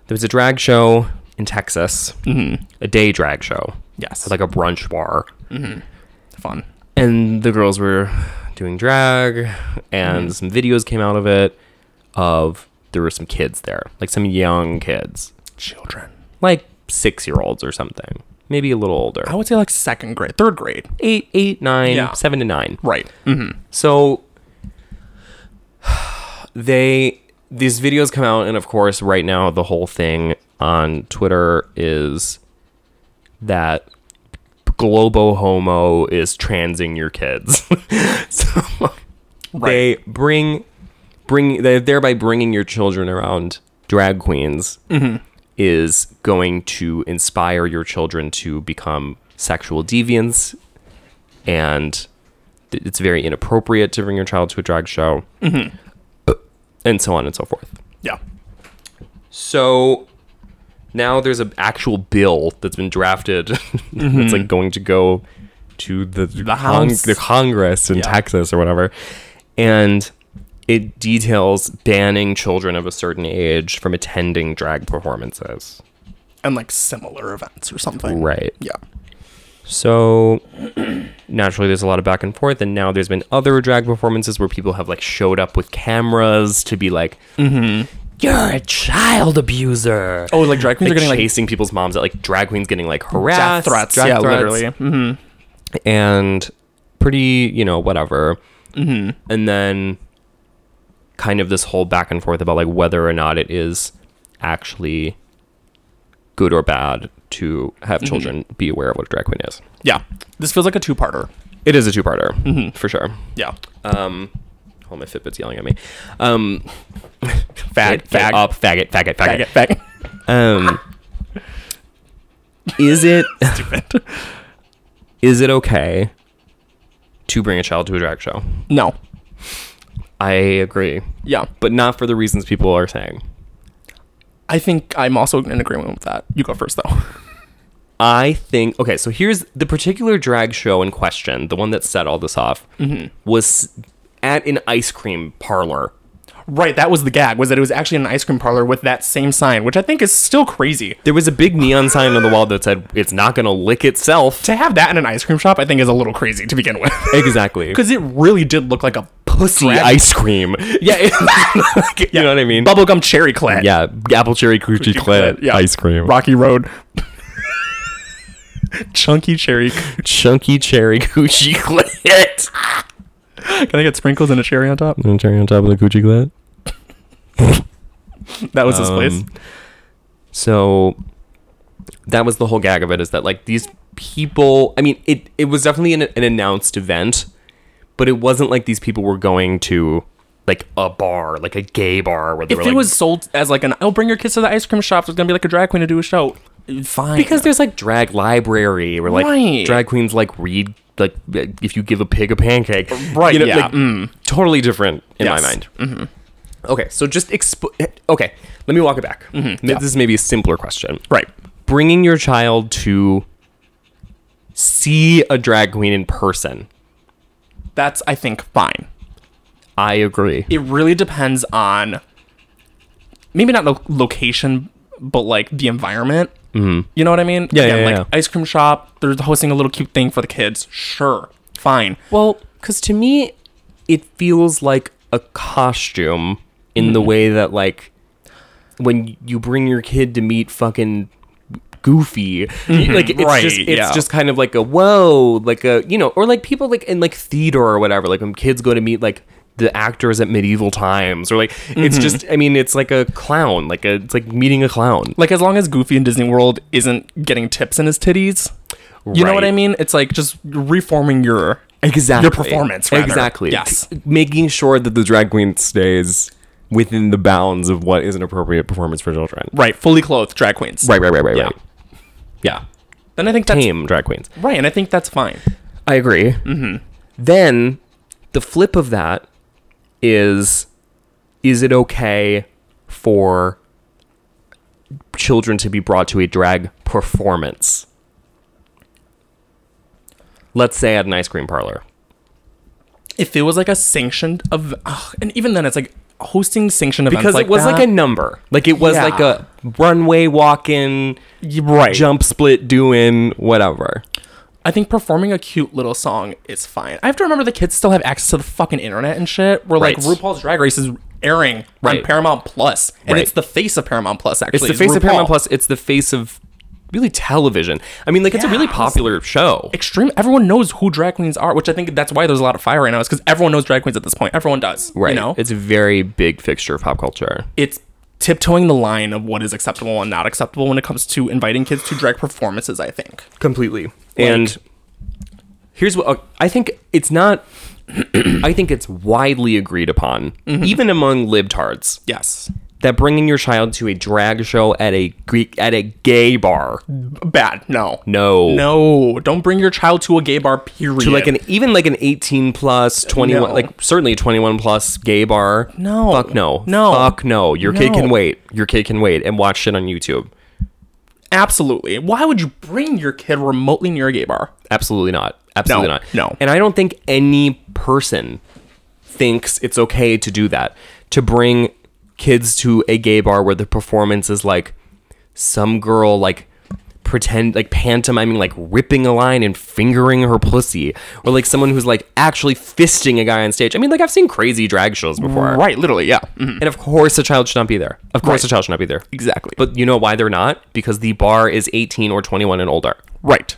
There was a drag show in Texas. Mm-hmm. A day drag show.
Yes.
It's like a brunch bar.
Fun.
and the girls were doing drag and some videos came out of it of there were some kids there like some young kids
Children.
like six year olds or something maybe a little older
I would say like second grade, third grade.
eight eight nine
Yeah.
seven to nine
Right. Mm.
so they these videos come out and of course right now the whole thing on Twitter is that globo homo is transing your kids. so they bring bring they thereby bringing your children around drag queens is going to inspire your children to become sexual deviants and th- it's very inappropriate to bring your child to a drag show, and so on and so forth.
Yeah.
So now there's an actual bill that's been drafted. it's like going to go to Mm-hmm. the
House.
the Congress in Texas or whatever, and it details banning children of a certain age from attending drag performances.
And like similar events or something.
Right.
Yeah.
So naturally, there's a lot of back and forth, and now there's been other drag performances where people have like showed up with cameras to be like, "You're a child abuser."
Mm-hmm. Oh, like drag queens
like
are getting like
chasing people's moms, like drag queens getting like harassed,
death threats.
drag
yeah,
threats,
literally. Mhm.
and pretty, you know, whatever.
Mm-hmm.
And then kind of this whole back and forth about like whether or not it is actually good or bad to
Mm-hmm.
have children be aware of what a drag queen is.
Yeah. This feels like a two parter.
It is a two-parter
Mm-hmm.
for sure.
Yeah.
Um, oh, my Fitbit's yelling at me. Um,
Fag,
get- get
fag.
up, faggot, faggot, faggot.
Faggot, faggot.
Um, is it is it okay to bring a child to a drag show?
No.
I agree,
Yeah.
but not for the reasons people are saying.
I think I'm also in agreement with that. You go first though.
I think okay. So here's the particular drag show in question, the one that set all this off, was at an ice cream parlor.
Right, that was the gag, was that it was actually an ice cream parlor with that same sign, which I think is still crazy.
There was a big neon sign on the wall that said, "It's not gonna lick itself."
To have that in an ice cream shop, I think is a little crazy to begin with.
Exactly.
Because it really did look like a
pussy
Drag-
ice cream. Yeah, it- you know what I mean.
bubblegum cherry clit.
yeah, apple cherry coochie clit
yeah.
ice cream.
Rocky Road. Chunky cherry.
chunky cherry coochie clit.
Can I get sprinkles and a cherry on top?
And cherry on top of the Gucci glat.
That was his place.
Um, So that was the whole gag of it is that like these people, I mean, it it was definitely an, an announced event, but it wasn't like these people were going to like a bar, like a gay bar where they
If
were
it
like
was sold as like an, oh, bring your kids to the ice cream shop. There's gonna be like a drag queen to do a show. Fine.
because there's like drag library where like
Right.
drag queens like read like if you give a pig a pancake
Right,
you know,
yeah, Mm.
like, totally different in my
Yes. Mm-hmm.
mind okay so just exp- okay let me walk it back this is maybe a simpler question
Mm-hmm. right.
bringing your child to see a drag queen in person
That's I think fine.
i agree
it really depends on maybe not lo- location but like the environment mm-hmm. you know what i mean
Yeah, yeah,
like
yeah.
ice cream shop they're hosting a little cute thing for the kids sure fine
well because to me it feels like a costume in
Mm-hmm.
the way that like when you bring your kid to meet fucking goofy like it's
Mm-hmm. right,
just it's
yeah.
just kind of like a whoa like a you know or like people like in like theater or whatever like when kids go to meet like the actors at medieval times or like it's
Mm-hmm.
just i mean it's like a clown like a it's like meeting a clown
like as long as goofy in disney world isn't getting tips in his titties you know what
Right.
i mean it's like just reforming your
Exactly.
your performance rather.
Exactly.
yes
C- Making sure that the drag queen stays within the bounds of what is an appropriate performance for children.
right fully clothed drag queens
Right, right, right, right,
Yeah.
right. Yeah.
then i think that's
Tame drag queens.
right and i think that's fine
I agree. Mm-hmm. Then the flip of that is is it okay for children to be brought to a drag performance? Let's say at an ice cream parlor.
if it was like a sanctioned of ugh, and even then it's like hosting sanctioned events
because
like
it was
that,
like a number like it was
Yeah.
like a runway walking
right
jump split doing whatever
I think performing a cute little song is fine. I have to remember the kids still have access to the fucking internet and shit. Where like
Right.
RuPaul's Drag Race is airing
Right.
on Paramount Plus, and
Right.
it's the face of Paramount Plus. Actually,
it's the face of paramount
RuPaul.
plus it's the face of really television i mean like it's a really
Yeah.
popular show
Extreme. Everyone knows who drag queens are, which I think that's why there's a lot of fire right now. Is because everyone knows drag queens at this point. Everyone does.
right
You know,
it's a very big fixture of pop culture
it's tiptoeing the line of what is acceptable and not acceptable when it comes to inviting kids to drag performances. I think.
completely and here's what okay, i think it's not i think it's widely agreed upon even among libtards
Mm-hmm. Yes.
that bringing your child to a drag show at a greek at a gay bar
Bad. No.
no
No. Don't bring your child to a gay bar. Period.
to like an even like an 18 plus 21
No.
like certainly a 21 plus gay bar
No.
fuck no
No.
fuck no your kid can
No.
wait your kid can wait and watch shit on youtube
Absolutely. Why would you bring your kid remotely near a gay bar?
absolutely not absolutely
No.
not
No.
and i don't think any person thinks it's okay to do that to bring kids to a gay bar where the performance is like some girl like pretend like pantomiming like ripping a line and fingering her pussy or like someone who's like actually fisting a guy on stage i mean like i've seen crazy drag shows before
Right, literally, yeah. Mm-hmm.
And of course, a child should not be there. Of course, a child should not be there.
Exactly.
But you know why they're not? Because the bar is 18 or 21 and older.
Right.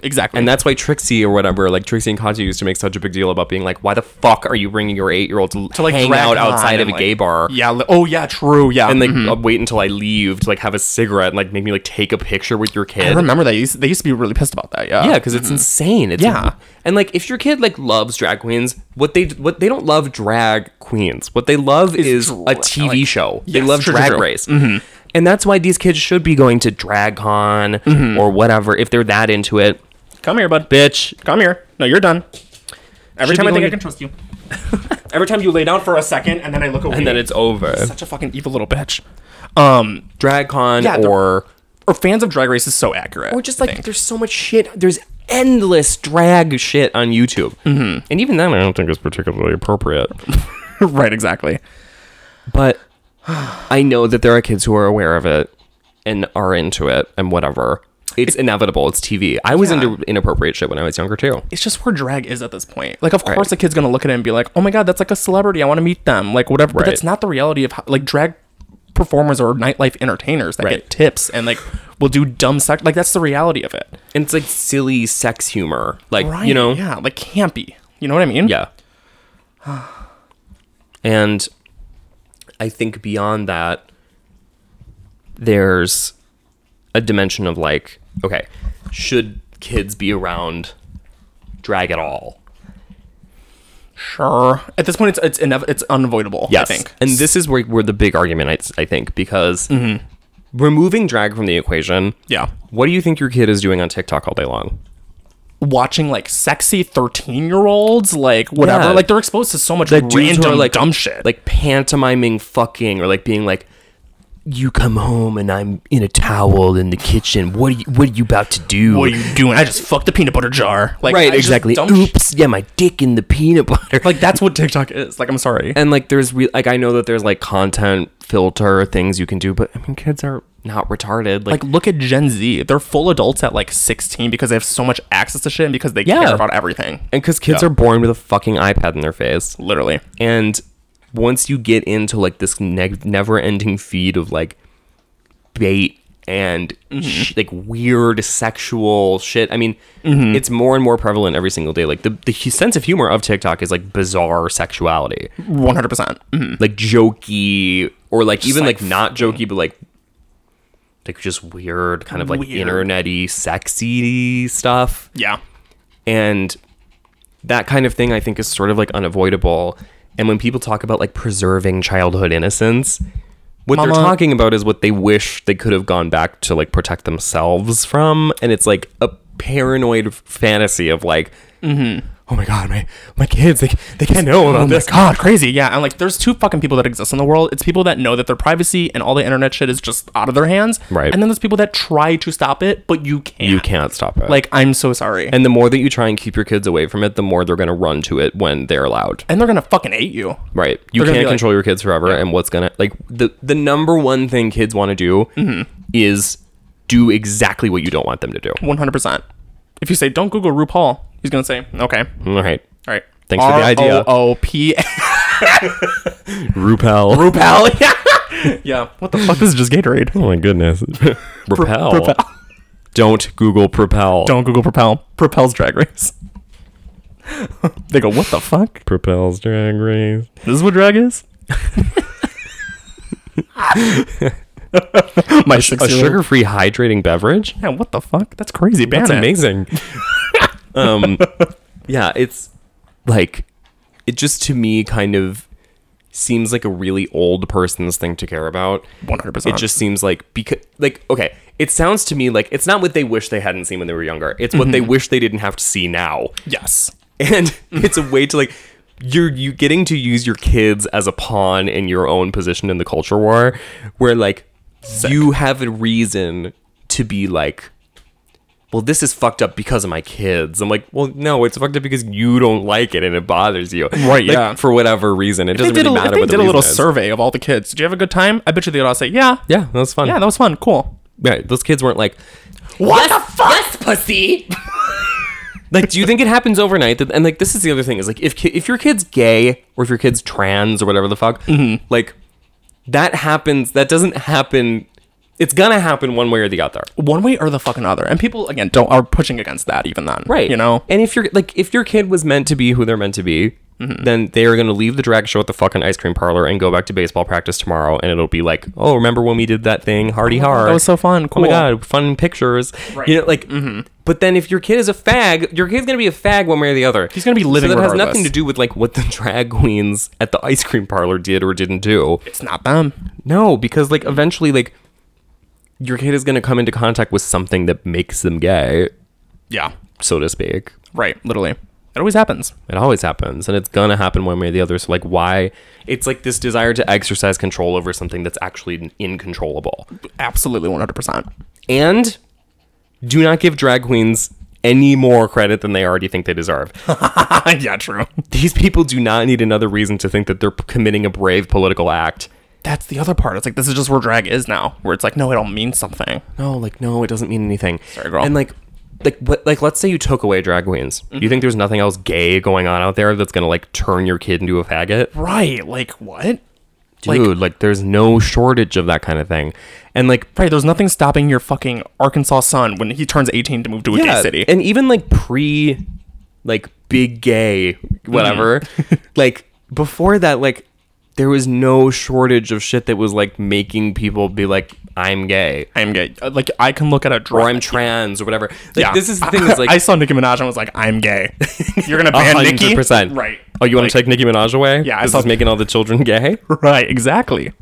Exactly.
And that's why Trixie or whatever, like Trixie and Katya used to make such a big deal about being like, why the fuck are you bringing your eight year old to, like hang
drag
out
line
outside of
and,
a
like-
gay bar?
Yeah. li- Oh, yeah, true, yeah. Mm-hmm.
And
And
like uh, wait until I leave to like have a cigarette and like make me like take a picture with your kid.
I remember that. They used, they used to be really pissed about that, yeah.
Yeah, because it's insane. It's
Yeah.
and like if your kid like loves drag queens, what they what they don't love drag queens. What they love is, a TV show. they
Yes,
love
true, true,
Drag
true. Mm-hmm.
Race, and that's why these kids should be going to DragCon
Mm-hmm.
or whatever if they're that into it.
Come here, bud.
Bitch,
Come here. No, you're done. Every
Should
time I think
be going
I can trust you. Every time you lay down for a second and then I look away.
and then it's over.
such a fucking evil little bitch. Um,
DragCon
Yeah, they're-
or
or fans of Drag Race is so accurate.
or just like there's so much shit. There's endless drag shit on YouTube, mm-hmm. and even then I don't think it's particularly appropriate.
right, exactly.
but I know that there are kids who are aware of it and are into it and whatever. It's inevitable. It's TV. I was into inappropriate shit when I was younger too.
it's just where drag is at this point. Like, of course, a kid's gonna look at it and be like, "Oh my god, that's like a celebrity. I want to meet them." Like, whatever. But
Right.
that's not the reality of how, like drag performers or nightlife entertainers that
Right.
get tips and like will do dumb sex. Like, that's the reality of it.
And it's like silly sex humor, like you know, yeah.
yeah, like campy. You know what I mean?
And I think beyond that, there's a dimension of like, okay, should kids be around drag at all?
Sure. At this point, it's it's inev- it's unavoidable. I think.
And this is where, where the big argument, I, I think, because removing drag from the equation,
Mm-hmm. yeah,
what do you think your kid is doing on TikTok all day long?
watching like sexy thirteen-year-olds, like whatever,
Yeah.
like they're exposed to so much
Like dudes who
random
are, like-
like dumb shit.
Like pantomiming fucking or like being like, you come home and I'm in a towel in the kitchen. What are you, what are you about to do?
what are you doing? I just fucked a peanut butter jar. Like
right,
I just
exactly.
dumb sh-
Oops, yeah, my dick in the peanut butter.
like that's what TikTok is. Like I'm sorry.
and like there's re- like I know that there's like content filter things you can do, but I mean kids are not retarded. Like,
like look at Gen Z. They're full adults at like 16 because they have so much access to shit and because they
Yeah.
care about everything.
and because kids
Yeah.
are born with a fucking iPad in their face,
Literally.
and once you get into like this ne- never-ending feed of like bait and
Mm-hmm.
sh- like weird sexual shit, I mean,
Mm-hmm.
it's more and more prevalent every single day. Like the the hu- sense of humor of TikTok is like bizarre sexuality.
100%. Mhm.
like jokey or like even like,
like,
not jokey but like like just weird kind of like
Weird.
internety sexy stuff
Yeah.
and that kind of thing i think is sort of like unavoidable and when people talk about like preserving childhood innocence what they're
Mama-
talking about is what they wish they could have gone back to like protect themselves from and it's like a paranoid fantasy of like
Mm-hmm.
oh my god my my kids they, they can't know about
Oh my
this
god, crazy. Yeah. And like there's two fucking people that exist in the world. It's people that know that their privacy and all the internet shit is just out of their hands.
Right.
And then there's people that try to stop it, but you can't.
you can't stop it
Like, I'm so sorry. And,
And the more that you try and keep your kids away from it, the more they're going to run to it when they're allowed.
they're gonna fucking hate you.
Right. You
They're gonna
can't
be like-
control your kids forever. And what's going to, like, the, the number one thing kids want to do
Mm-hmm.
is do exactly what you don't want them to do.
100%. If you say, don't Google RuPaul, he's gonna say, okay. All
All right.
right.
Thanks for the idea.
Oh, P.
Rupel.
Repel. Yeah. yeah. What the fuck? This is just Gatorade.
oh my goodness. Repel. Don't Google Propel.
Don't Google Propel. Propel's Drag Race. they go, what the fuck?
Propel's Drag Race.
This is what drag is? My six
A sugar free hydrating beverage?
Yeah, what the fuck? That's crazy. Ban
That's
it.
amazing. um, yeah, it's like it just to me kind of seems like a really old person's thing to care about.
100%.
It just seems like because like okay, it sounds to me like it's not what they wish they hadn't seen when they were younger. It's what they wish they didn't have to see now.
Yes.
And it's a way to like you're you getting to use your kids as a pawn in your own position in the culture war where like you have a reason to be like well this is fucked up because of my kids. I'm like, well no, it's fucked up because you don't like it and it bothers you.
Right,
Like,
yeah.
for whatever reason. It
They
doesn't
did,
really
a, if
matter
they
what the
did a little
reason is.
survey of all the kids. Did you have a good time? I bet you they'd all say, yeah.
Yeah, that was fun.
Yeah, that was fun. Cool.
right. Those kids weren't like
What the fuck? Yes, pussy.
like do you think it happens overnight that, and like this is the other thing is like if ki- if your kid's gay or if your kid's trans or whatever the fuck like that happens that doesn't happen it's gonna happen one way or the other
One way or the fucking other. And people, again, don't are pushing against that even then. You know?
and if you're like if your kid was meant to be who they're meant to be then they are gonna leave the drag show at the fucking ice cream parlor and go back to baseball practice tomorrow and it'll be like oh remember when we did that thing hardy hard
that was so fun.
oh my
Cool." Mm-hmm.
god fun pictures you know like but then if your kid is a fag your kid's gonna be a fag one way or the other
He's gonna be living
so that has
regardless.
nothing to do with like what the drag queens at the ice cream parlor did or didn't do
It's not them.
no because like eventually like your kid is gonna come into contact with something that makes them gay
Yeah.
so to speak
Right. Literally. It always happens.
it always happens and it's gonna happen one way or the other. So like why it's like this desire to exercise control over something that's actually incontrollable.
Absolutely 100%.
And do not give drag queens any more credit than they already think they deserve.
yeah, true.
These people do not need another reason to think that they're p- committing a brave political act.
That's the other part. It's like this is just where drag is now, where it's like, no, it all means something.
No, like no, it doesn't mean anything.
Sorry, girl.
And like like what like let's say you took away drag queens. Do
Mm-hmm.
You think there's nothing else gay going on out there that's gonna like turn your kid into a faggot?
Right. Like what? Like-
Dude, like there's no shortage of that kind of thing. And like
Right. There's nothing stopping your fucking Arkansas son when he turns 18 to move to a gay city. Mm-hmm.
And even like pre like big gay whatever. like before that, like, there was no shortage of shit that was like making people be like, I'm gay
I'm gay. Uh, Like I can look at a
or
drawing.
I'm trans or whatever. Like,
yeah.
this is the thing. Is like,
I saw Nicki Minaj and was like, I'm gay. You're gonna ban Nicki,
percent.
right?
Oh, you want
Like,
to take Nicki Minaj away?
Yeah, I
this
thought-
is making all the children gay.
right? Exactly.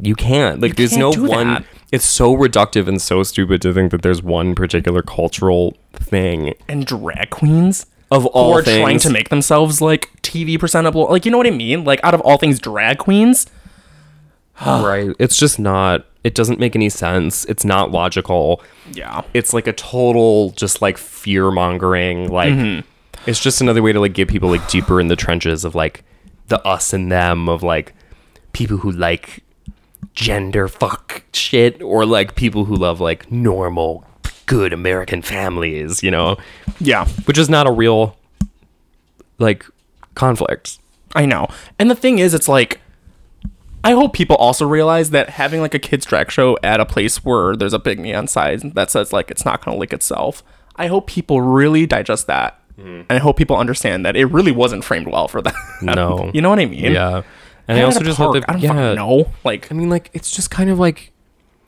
You can't. Like, there's
can't
no
do
one.
that.
It's so reductive and so stupid to think that there's one particular cultural thing
And drag queens
of all
who are
things.
trying to make themselves like TV presentable. Like you know what I mean? Like out of all things, drag queens.
right. It's just not. It doesn't make any sense. It's not logical.
Yeah.
It's like a total, just like fear mongering. Like,
Mm-hmm.
it's just another way to like get people like deeper in the trenches of like the us and them of like people who like gender fuck shit or like people who love like normal good American families. You know.
Yeah.
which is not a real like conflict.
I know. And the thing is, it's like, I hope people also realize that having like a kids' drag show at a place where there's a big neon sign that says like it's not going to lick itself, I hope people really digest that.
Mm-hmm.
And I hope people understand that it really wasn't framed well for them.
No.
you know what I mean?
Yeah. And
I
I also just hope that
I don't
yeah,
fucking know. Like,
I mean like it's just kind of like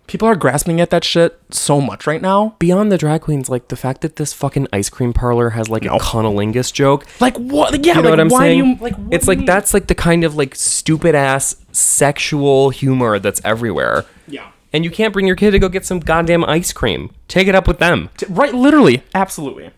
people are grasping at that shit so much right now.
beyond the drag queens like the fact that this fucking ice cream parlor has like a conolingus joke.
Like, what? Yeah,
You know
like,
what I'm
why
saying?
do you, like, what
it's
do you
like
mean?
that's like the kind of like stupid ass sexual humor that's everywhere.
Yeah.
And you can't bring your kid to go get some goddamn ice cream. Take it up with them.
Right, literally. Absolutely.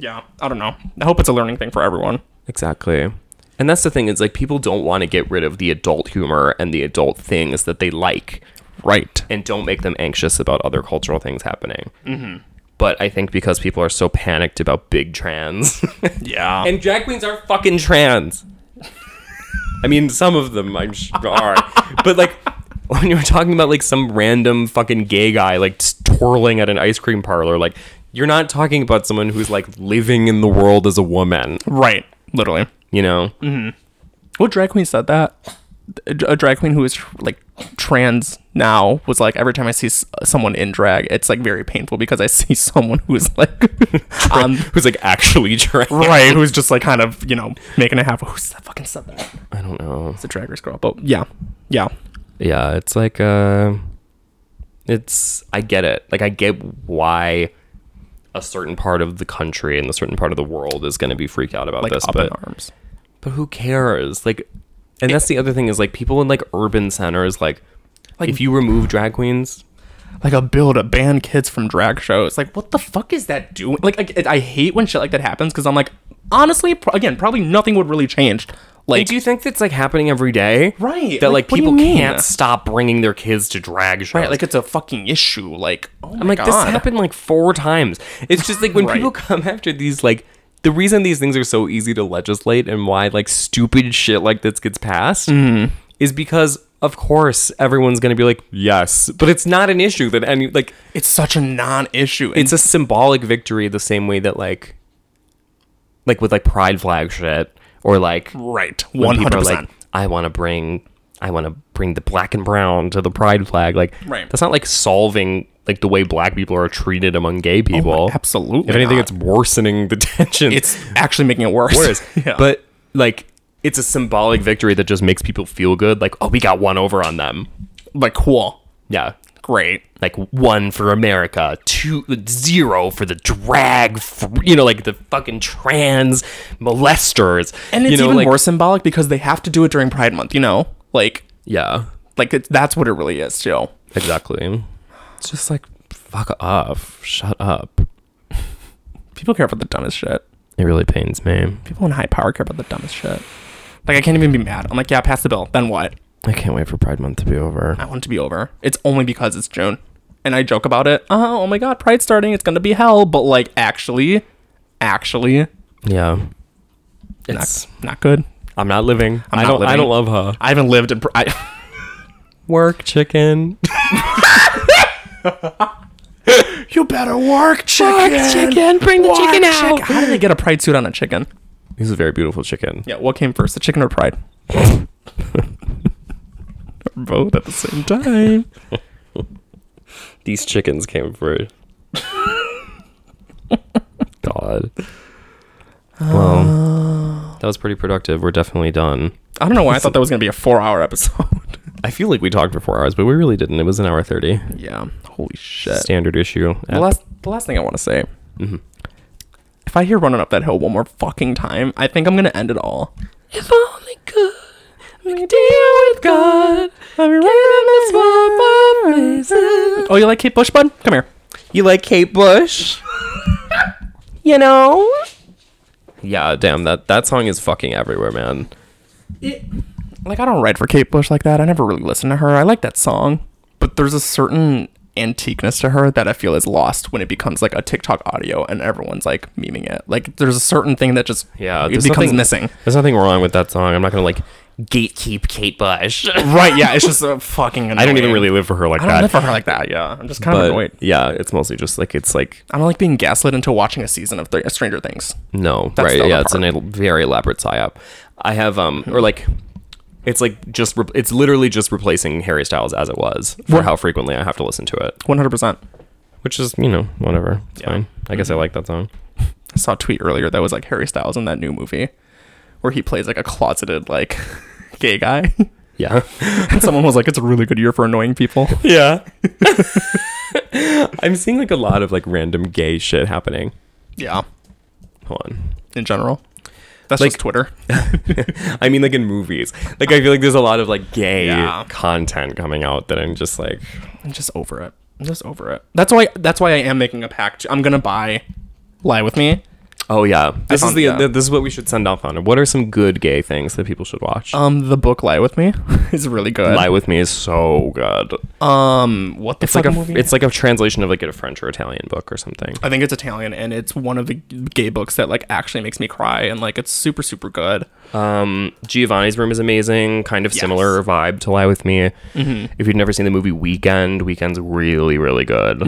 Yeah, I don't know. I hope it's a learning thing for everyone.
Exactly. And that's the thing is like people don't want to get rid of the adult humor and the adult things that they like
Right.
and don't make them anxious about other cultural things happening. Mm-hmm. But I think because people are so panicked about big trans
Yeah.
and drag queens are fucking trans. I mean, some of them I'm sure are, but like when you're talking about like some random fucking gay guy like s- twirling at an ice cream parlor, like you're not talking about someone who's like living in the world as a woman,
right. Literally.
you know?
What drag queen said that? A a drag queen who is like trans now was like every time I see s- someone in drag, it's like very painful because I see someone who is like on
Who's like actually trans?
right, who's just like kind of you know making a half. Who's that fucking said that?
I don't know.
It's a drag race girl, but yeah, yeah,
Yeah, it's like uh it's I get it. Like I get why a certain part of the country and a certain part of the world is going to be freaked out about
like
this,
up
but
in arms.
but who cares? Like and that's the other thing is like people in like urban centers like
Like-
if you remove drag queens,
like a bill to ban kids from drag shows. Like, what the fuck is that doing? Like, I, I hate when shit like that happens because I'm like, honestly, pro- again, probably nothing would really change. Like,
do you think that's like happening every day?
Right,
That like,
like, what do you
people
mean?
can't stop bringing their kids to drag shows. Oh
right? Like, it's a fucking issue. Like, oh my
I'm like,
God.
this happened like four times. It's just like when
Right.
people come after these, like, the reason these things are so easy to legislate and why like stupid shit like this gets passed is because, of course, everyone's going to be like, yes, but it's not an issue that any, like,
It's such a non-issue. And
it's a symbolic victory the same way that, like, like with like pride flag shit or like
right,
when
one
people
hundred
are like,
percent.
I want to bring, I want to bring the black and brown to the pride flag. Like,
Right.
that's not like solving like the way black people are treated among gay people.
Oh, absolutely
If anything,
not.
it's worsening the tension.
It's actually making it worse.
worse.
yeah.
But like, it's a symbolic victory that just makes people feel good. Like, oh, we got one over on them.
like, cool,
Yeah.
great.
Like one for America, two zero for the drag, fr- you know, like the fucking trans molesters,
And it's
you know,
even
like,
more symbolic because they have to do it during Pride Month. You know, like,
Yeah,
like it's that's what it really is, Joe.
Exactly. It's just like fuck off. Shut up.
People care about the dumbest shit.
It really pains me.
people in high power care about the dumbest shit. Like I can't even be mad. I'm like, yeah, pass the bill. Then what?
I can't wait for Pride Month to be over.
I want it to be over. It's only because it's June, and I joke about it. Oh, oh my God, Pride's starting. It's gonna be hell. But like, actually, actually,
Yeah.
not,
It's,
not good.
I'm not living. I'm I
not
don't- I
living.
don't love her.
I haven't lived in. Pri- I,
Work chicken.
you better work, chicken.
Chicken, bring the chicken out.
How did they get a Pride suit on a chicken?
He's a very beautiful chicken.
Yeah, what came first, the chicken or Pride? Or Both at the same time.
These chickens came first.
Ah.
God. Well, that was pretty productive. We're definitely done.
I don't know why I thought that was gonna be a four hour episode.
I feel like we talked for four hours, but we really didn't. It was an hour thirty.
yeah. Holy shit.
Standard issue.
The last, the last thing I want to say.
Mm-hmm.
If I hear running up that hill one more fucking time, I think I'm gonna end it all. If only good. Oh, you like Kate Bush, bud? Come here.
You like Kate Bush? you know? Yeah, damn that that song is fucking everywhere, man.
Like I don't write for Kate Bush like that. I never really listen to her. I like that song, but there's a certain antiqueness to her that I feel is lost when it becomes like a TikTok audio and everyone's like memeing it. Like there's a certain thing that just
Yeah,
it
there's
becomes
nothing-
missing.
There's nothing wrong with that song. I'm not gonna like gatekeep Kate Bush.
Right? Yeah, it's just a fucking. Annoying.
I don't even really live for her like
I don't
that.
live for her like that. Yeah, I'm just kind
but
of annoyed.
yeah, it's mostly just like it's like
I don't like being gaslit into watching a season of Th- Stranger Things.
no,
That's the
right?
other
Yeah, it's an
part.
el- very elaborate psyop. I have um or like it's like just re- it's literally just replacing Harry Styles as it was for how frequently I have to listen to it,
100%.
which is you know whatever. It's fine. I guess I like that song.
I saw a tweet earlier that was like Harry Styles in that new movie where he plays like a closeted like gay guy.
Yeah.
And someone was like, "It's a really good year for annoying people."
Yeah. I'm seeing like a lot of like random gay shit happening.
yeah,
Hold on.
in general, that's just Twitter.
I mean like in movies. Like I feel like there's a lot of like gay
Yeah.
content coming out that I'm just like
I'm just over it. I'm just over it. That's why. That's why I am making a pact. I'm gonna buy "Lie with Me."
Oh yeah. This is
found-
the
yeah.
th- this is what we should send off on. What are some good gay things that people should watch?
Um, the book "Lie with Me" is really good.
Lie with me is so good.
um, what the
It's like a
movie?
it's like a translation of like a French or Italian book or something.
I think it's Italian, and it's one of the gay books that like actually makes me cry, and like it's super super good.
Um, Giovanni's Room is amazing, kind of similar vibe to Lie with Me. If you've never seen the movie Weekend, Weekend's really really good.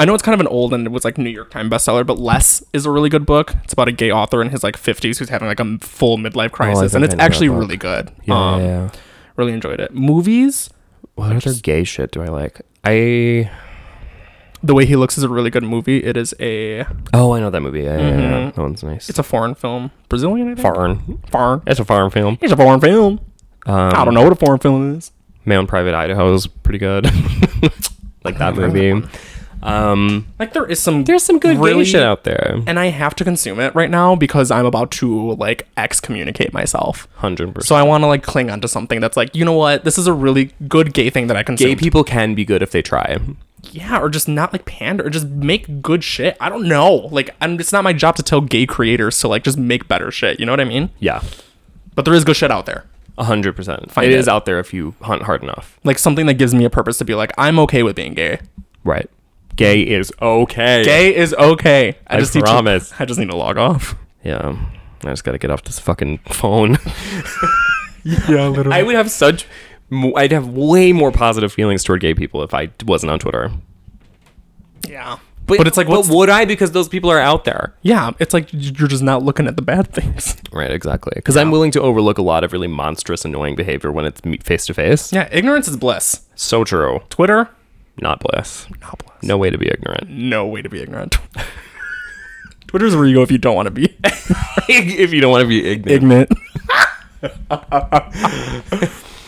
I know it's kind of an old and it was like New York Times bestseller, but Less is a really good book. It's about a gay author in his like 50s who's having like a m- full midlife crisis, and
think
it's
I know that
actually
book.
really good.
Yeah,
um,
yeah.
Really enjoyed it. Movies,
What other gay shit do I like? I
The Way He Looks is a really good movie. It is a
oh I know that movie. Yeah, yeah, yeah. that one's nice.
it's a foreign film, Brazilian. I think?
Mm-hmm. foreign.
Foreign.
It's a foreign film.
It's a foreign film.
Um,
I don't know what a foreign film is.
My Own Private Idaho is pretty good. like that movie. Um,
Like there is some
there's some good gay
really-
shit out there.
and I have to consume it right now because I'm about to like excommunicate myself.
Hundred percent.
So I want to like cling onto something that's like, you know what? This is a really good gay thing that I consume.
Gay people can be good if they try.
yeah, or just not like pander, or just make good shit. I don't know. Like, I'm, it's not my job to tell gay creators to like just make better shit. You know what I mean?
Yeah,
But there is good shit out there.
hundred percent.
Find
it is
it.
out there if you hunt hard enough.
Like something that gives me a purpose to be like, I'm okay with being gay.
Right. Gay is okay.
Gay is okay. I,
I
just
promise.
Need to, I just need to log off.
Yeah. I just gotta get off this fucking phone.
Yeah, literally.
I would have such. mo- I'd have way more positive feelings toward gay people if I wasn't on Twitter.
yeah. But, it's like, what's,
would I? Because those people are out there.
yeah, it's like you're just not looking at the bad things.
Right, exactly. Because I'm willing to overlook a lot of really monstrous, annoying behavior when it's me- face to face.
Yeah, ignorance is bliss.
So true.
Twitter,
Not bliss.
not bliss.
No way to be ignorant.
No way to be ignorant. Twitter's where you go if you don't want to be
if you don't want to be ignorant.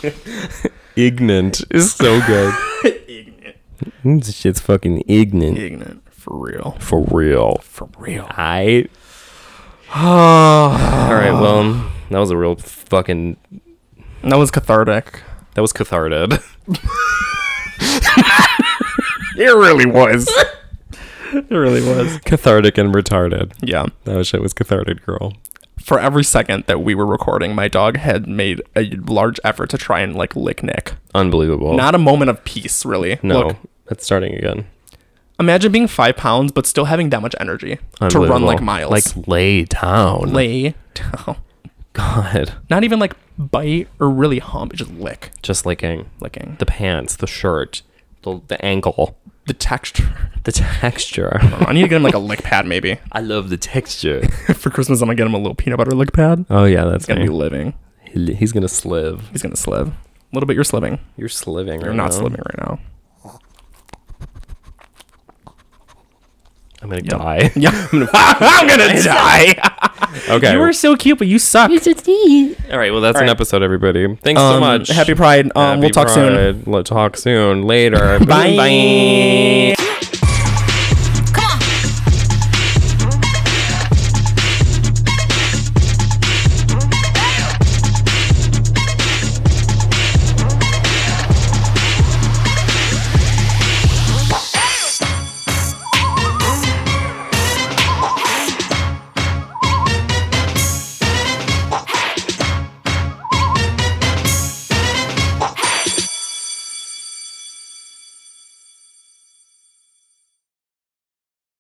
ignorant.
ignorant is so good. ignorant. This shit's fucking ignorant.
ignorant for real.
For real.
For real.
I. All right, well, that was a real fucking.
That was cathartic.
That was cathartic.
It really was. it really was.
cathartic and retarded.
Yeah.
That shit was cathartic, girl.
For every second that we were recording, my dog had made a large effort to try and like lick Nick.
Unbelievable.
Not a moment of peace, really.
no.
Look,
That's starting again.
imagine being five pounds but still having that much energy to run
Unbelievable.
like miles.
Like lay down.
lay down.
God.
Not even like bite or really hump, just lick.
Just licking.
Licking.
The pants, the shirt, the, the ankle,
The texture.
the texture.
I need to get him like a lick pad maybe.
I love the texture.
For Christmas, I'm gonna get him a little peanut butter lick pad.
Oh, yeah, that's
He's gonna
me.
be living.
He- He's going to sliv.
He's gonna sliv. A little bit, you're sliving.
You're Uh-huh. sliving right
You're not
now.
sliving right now.
I'm gonna die.
Yeah.
I'm gonna, I'm gonna die. okay.
You were so cute, but you suck.
All right. Well, that's an
right.
episode, everybody. Thanks so
Um,
much.
Happy Pride. Um, we'll
Happy
talk soon.
Pride. Let's talk soon. Later.
Bye.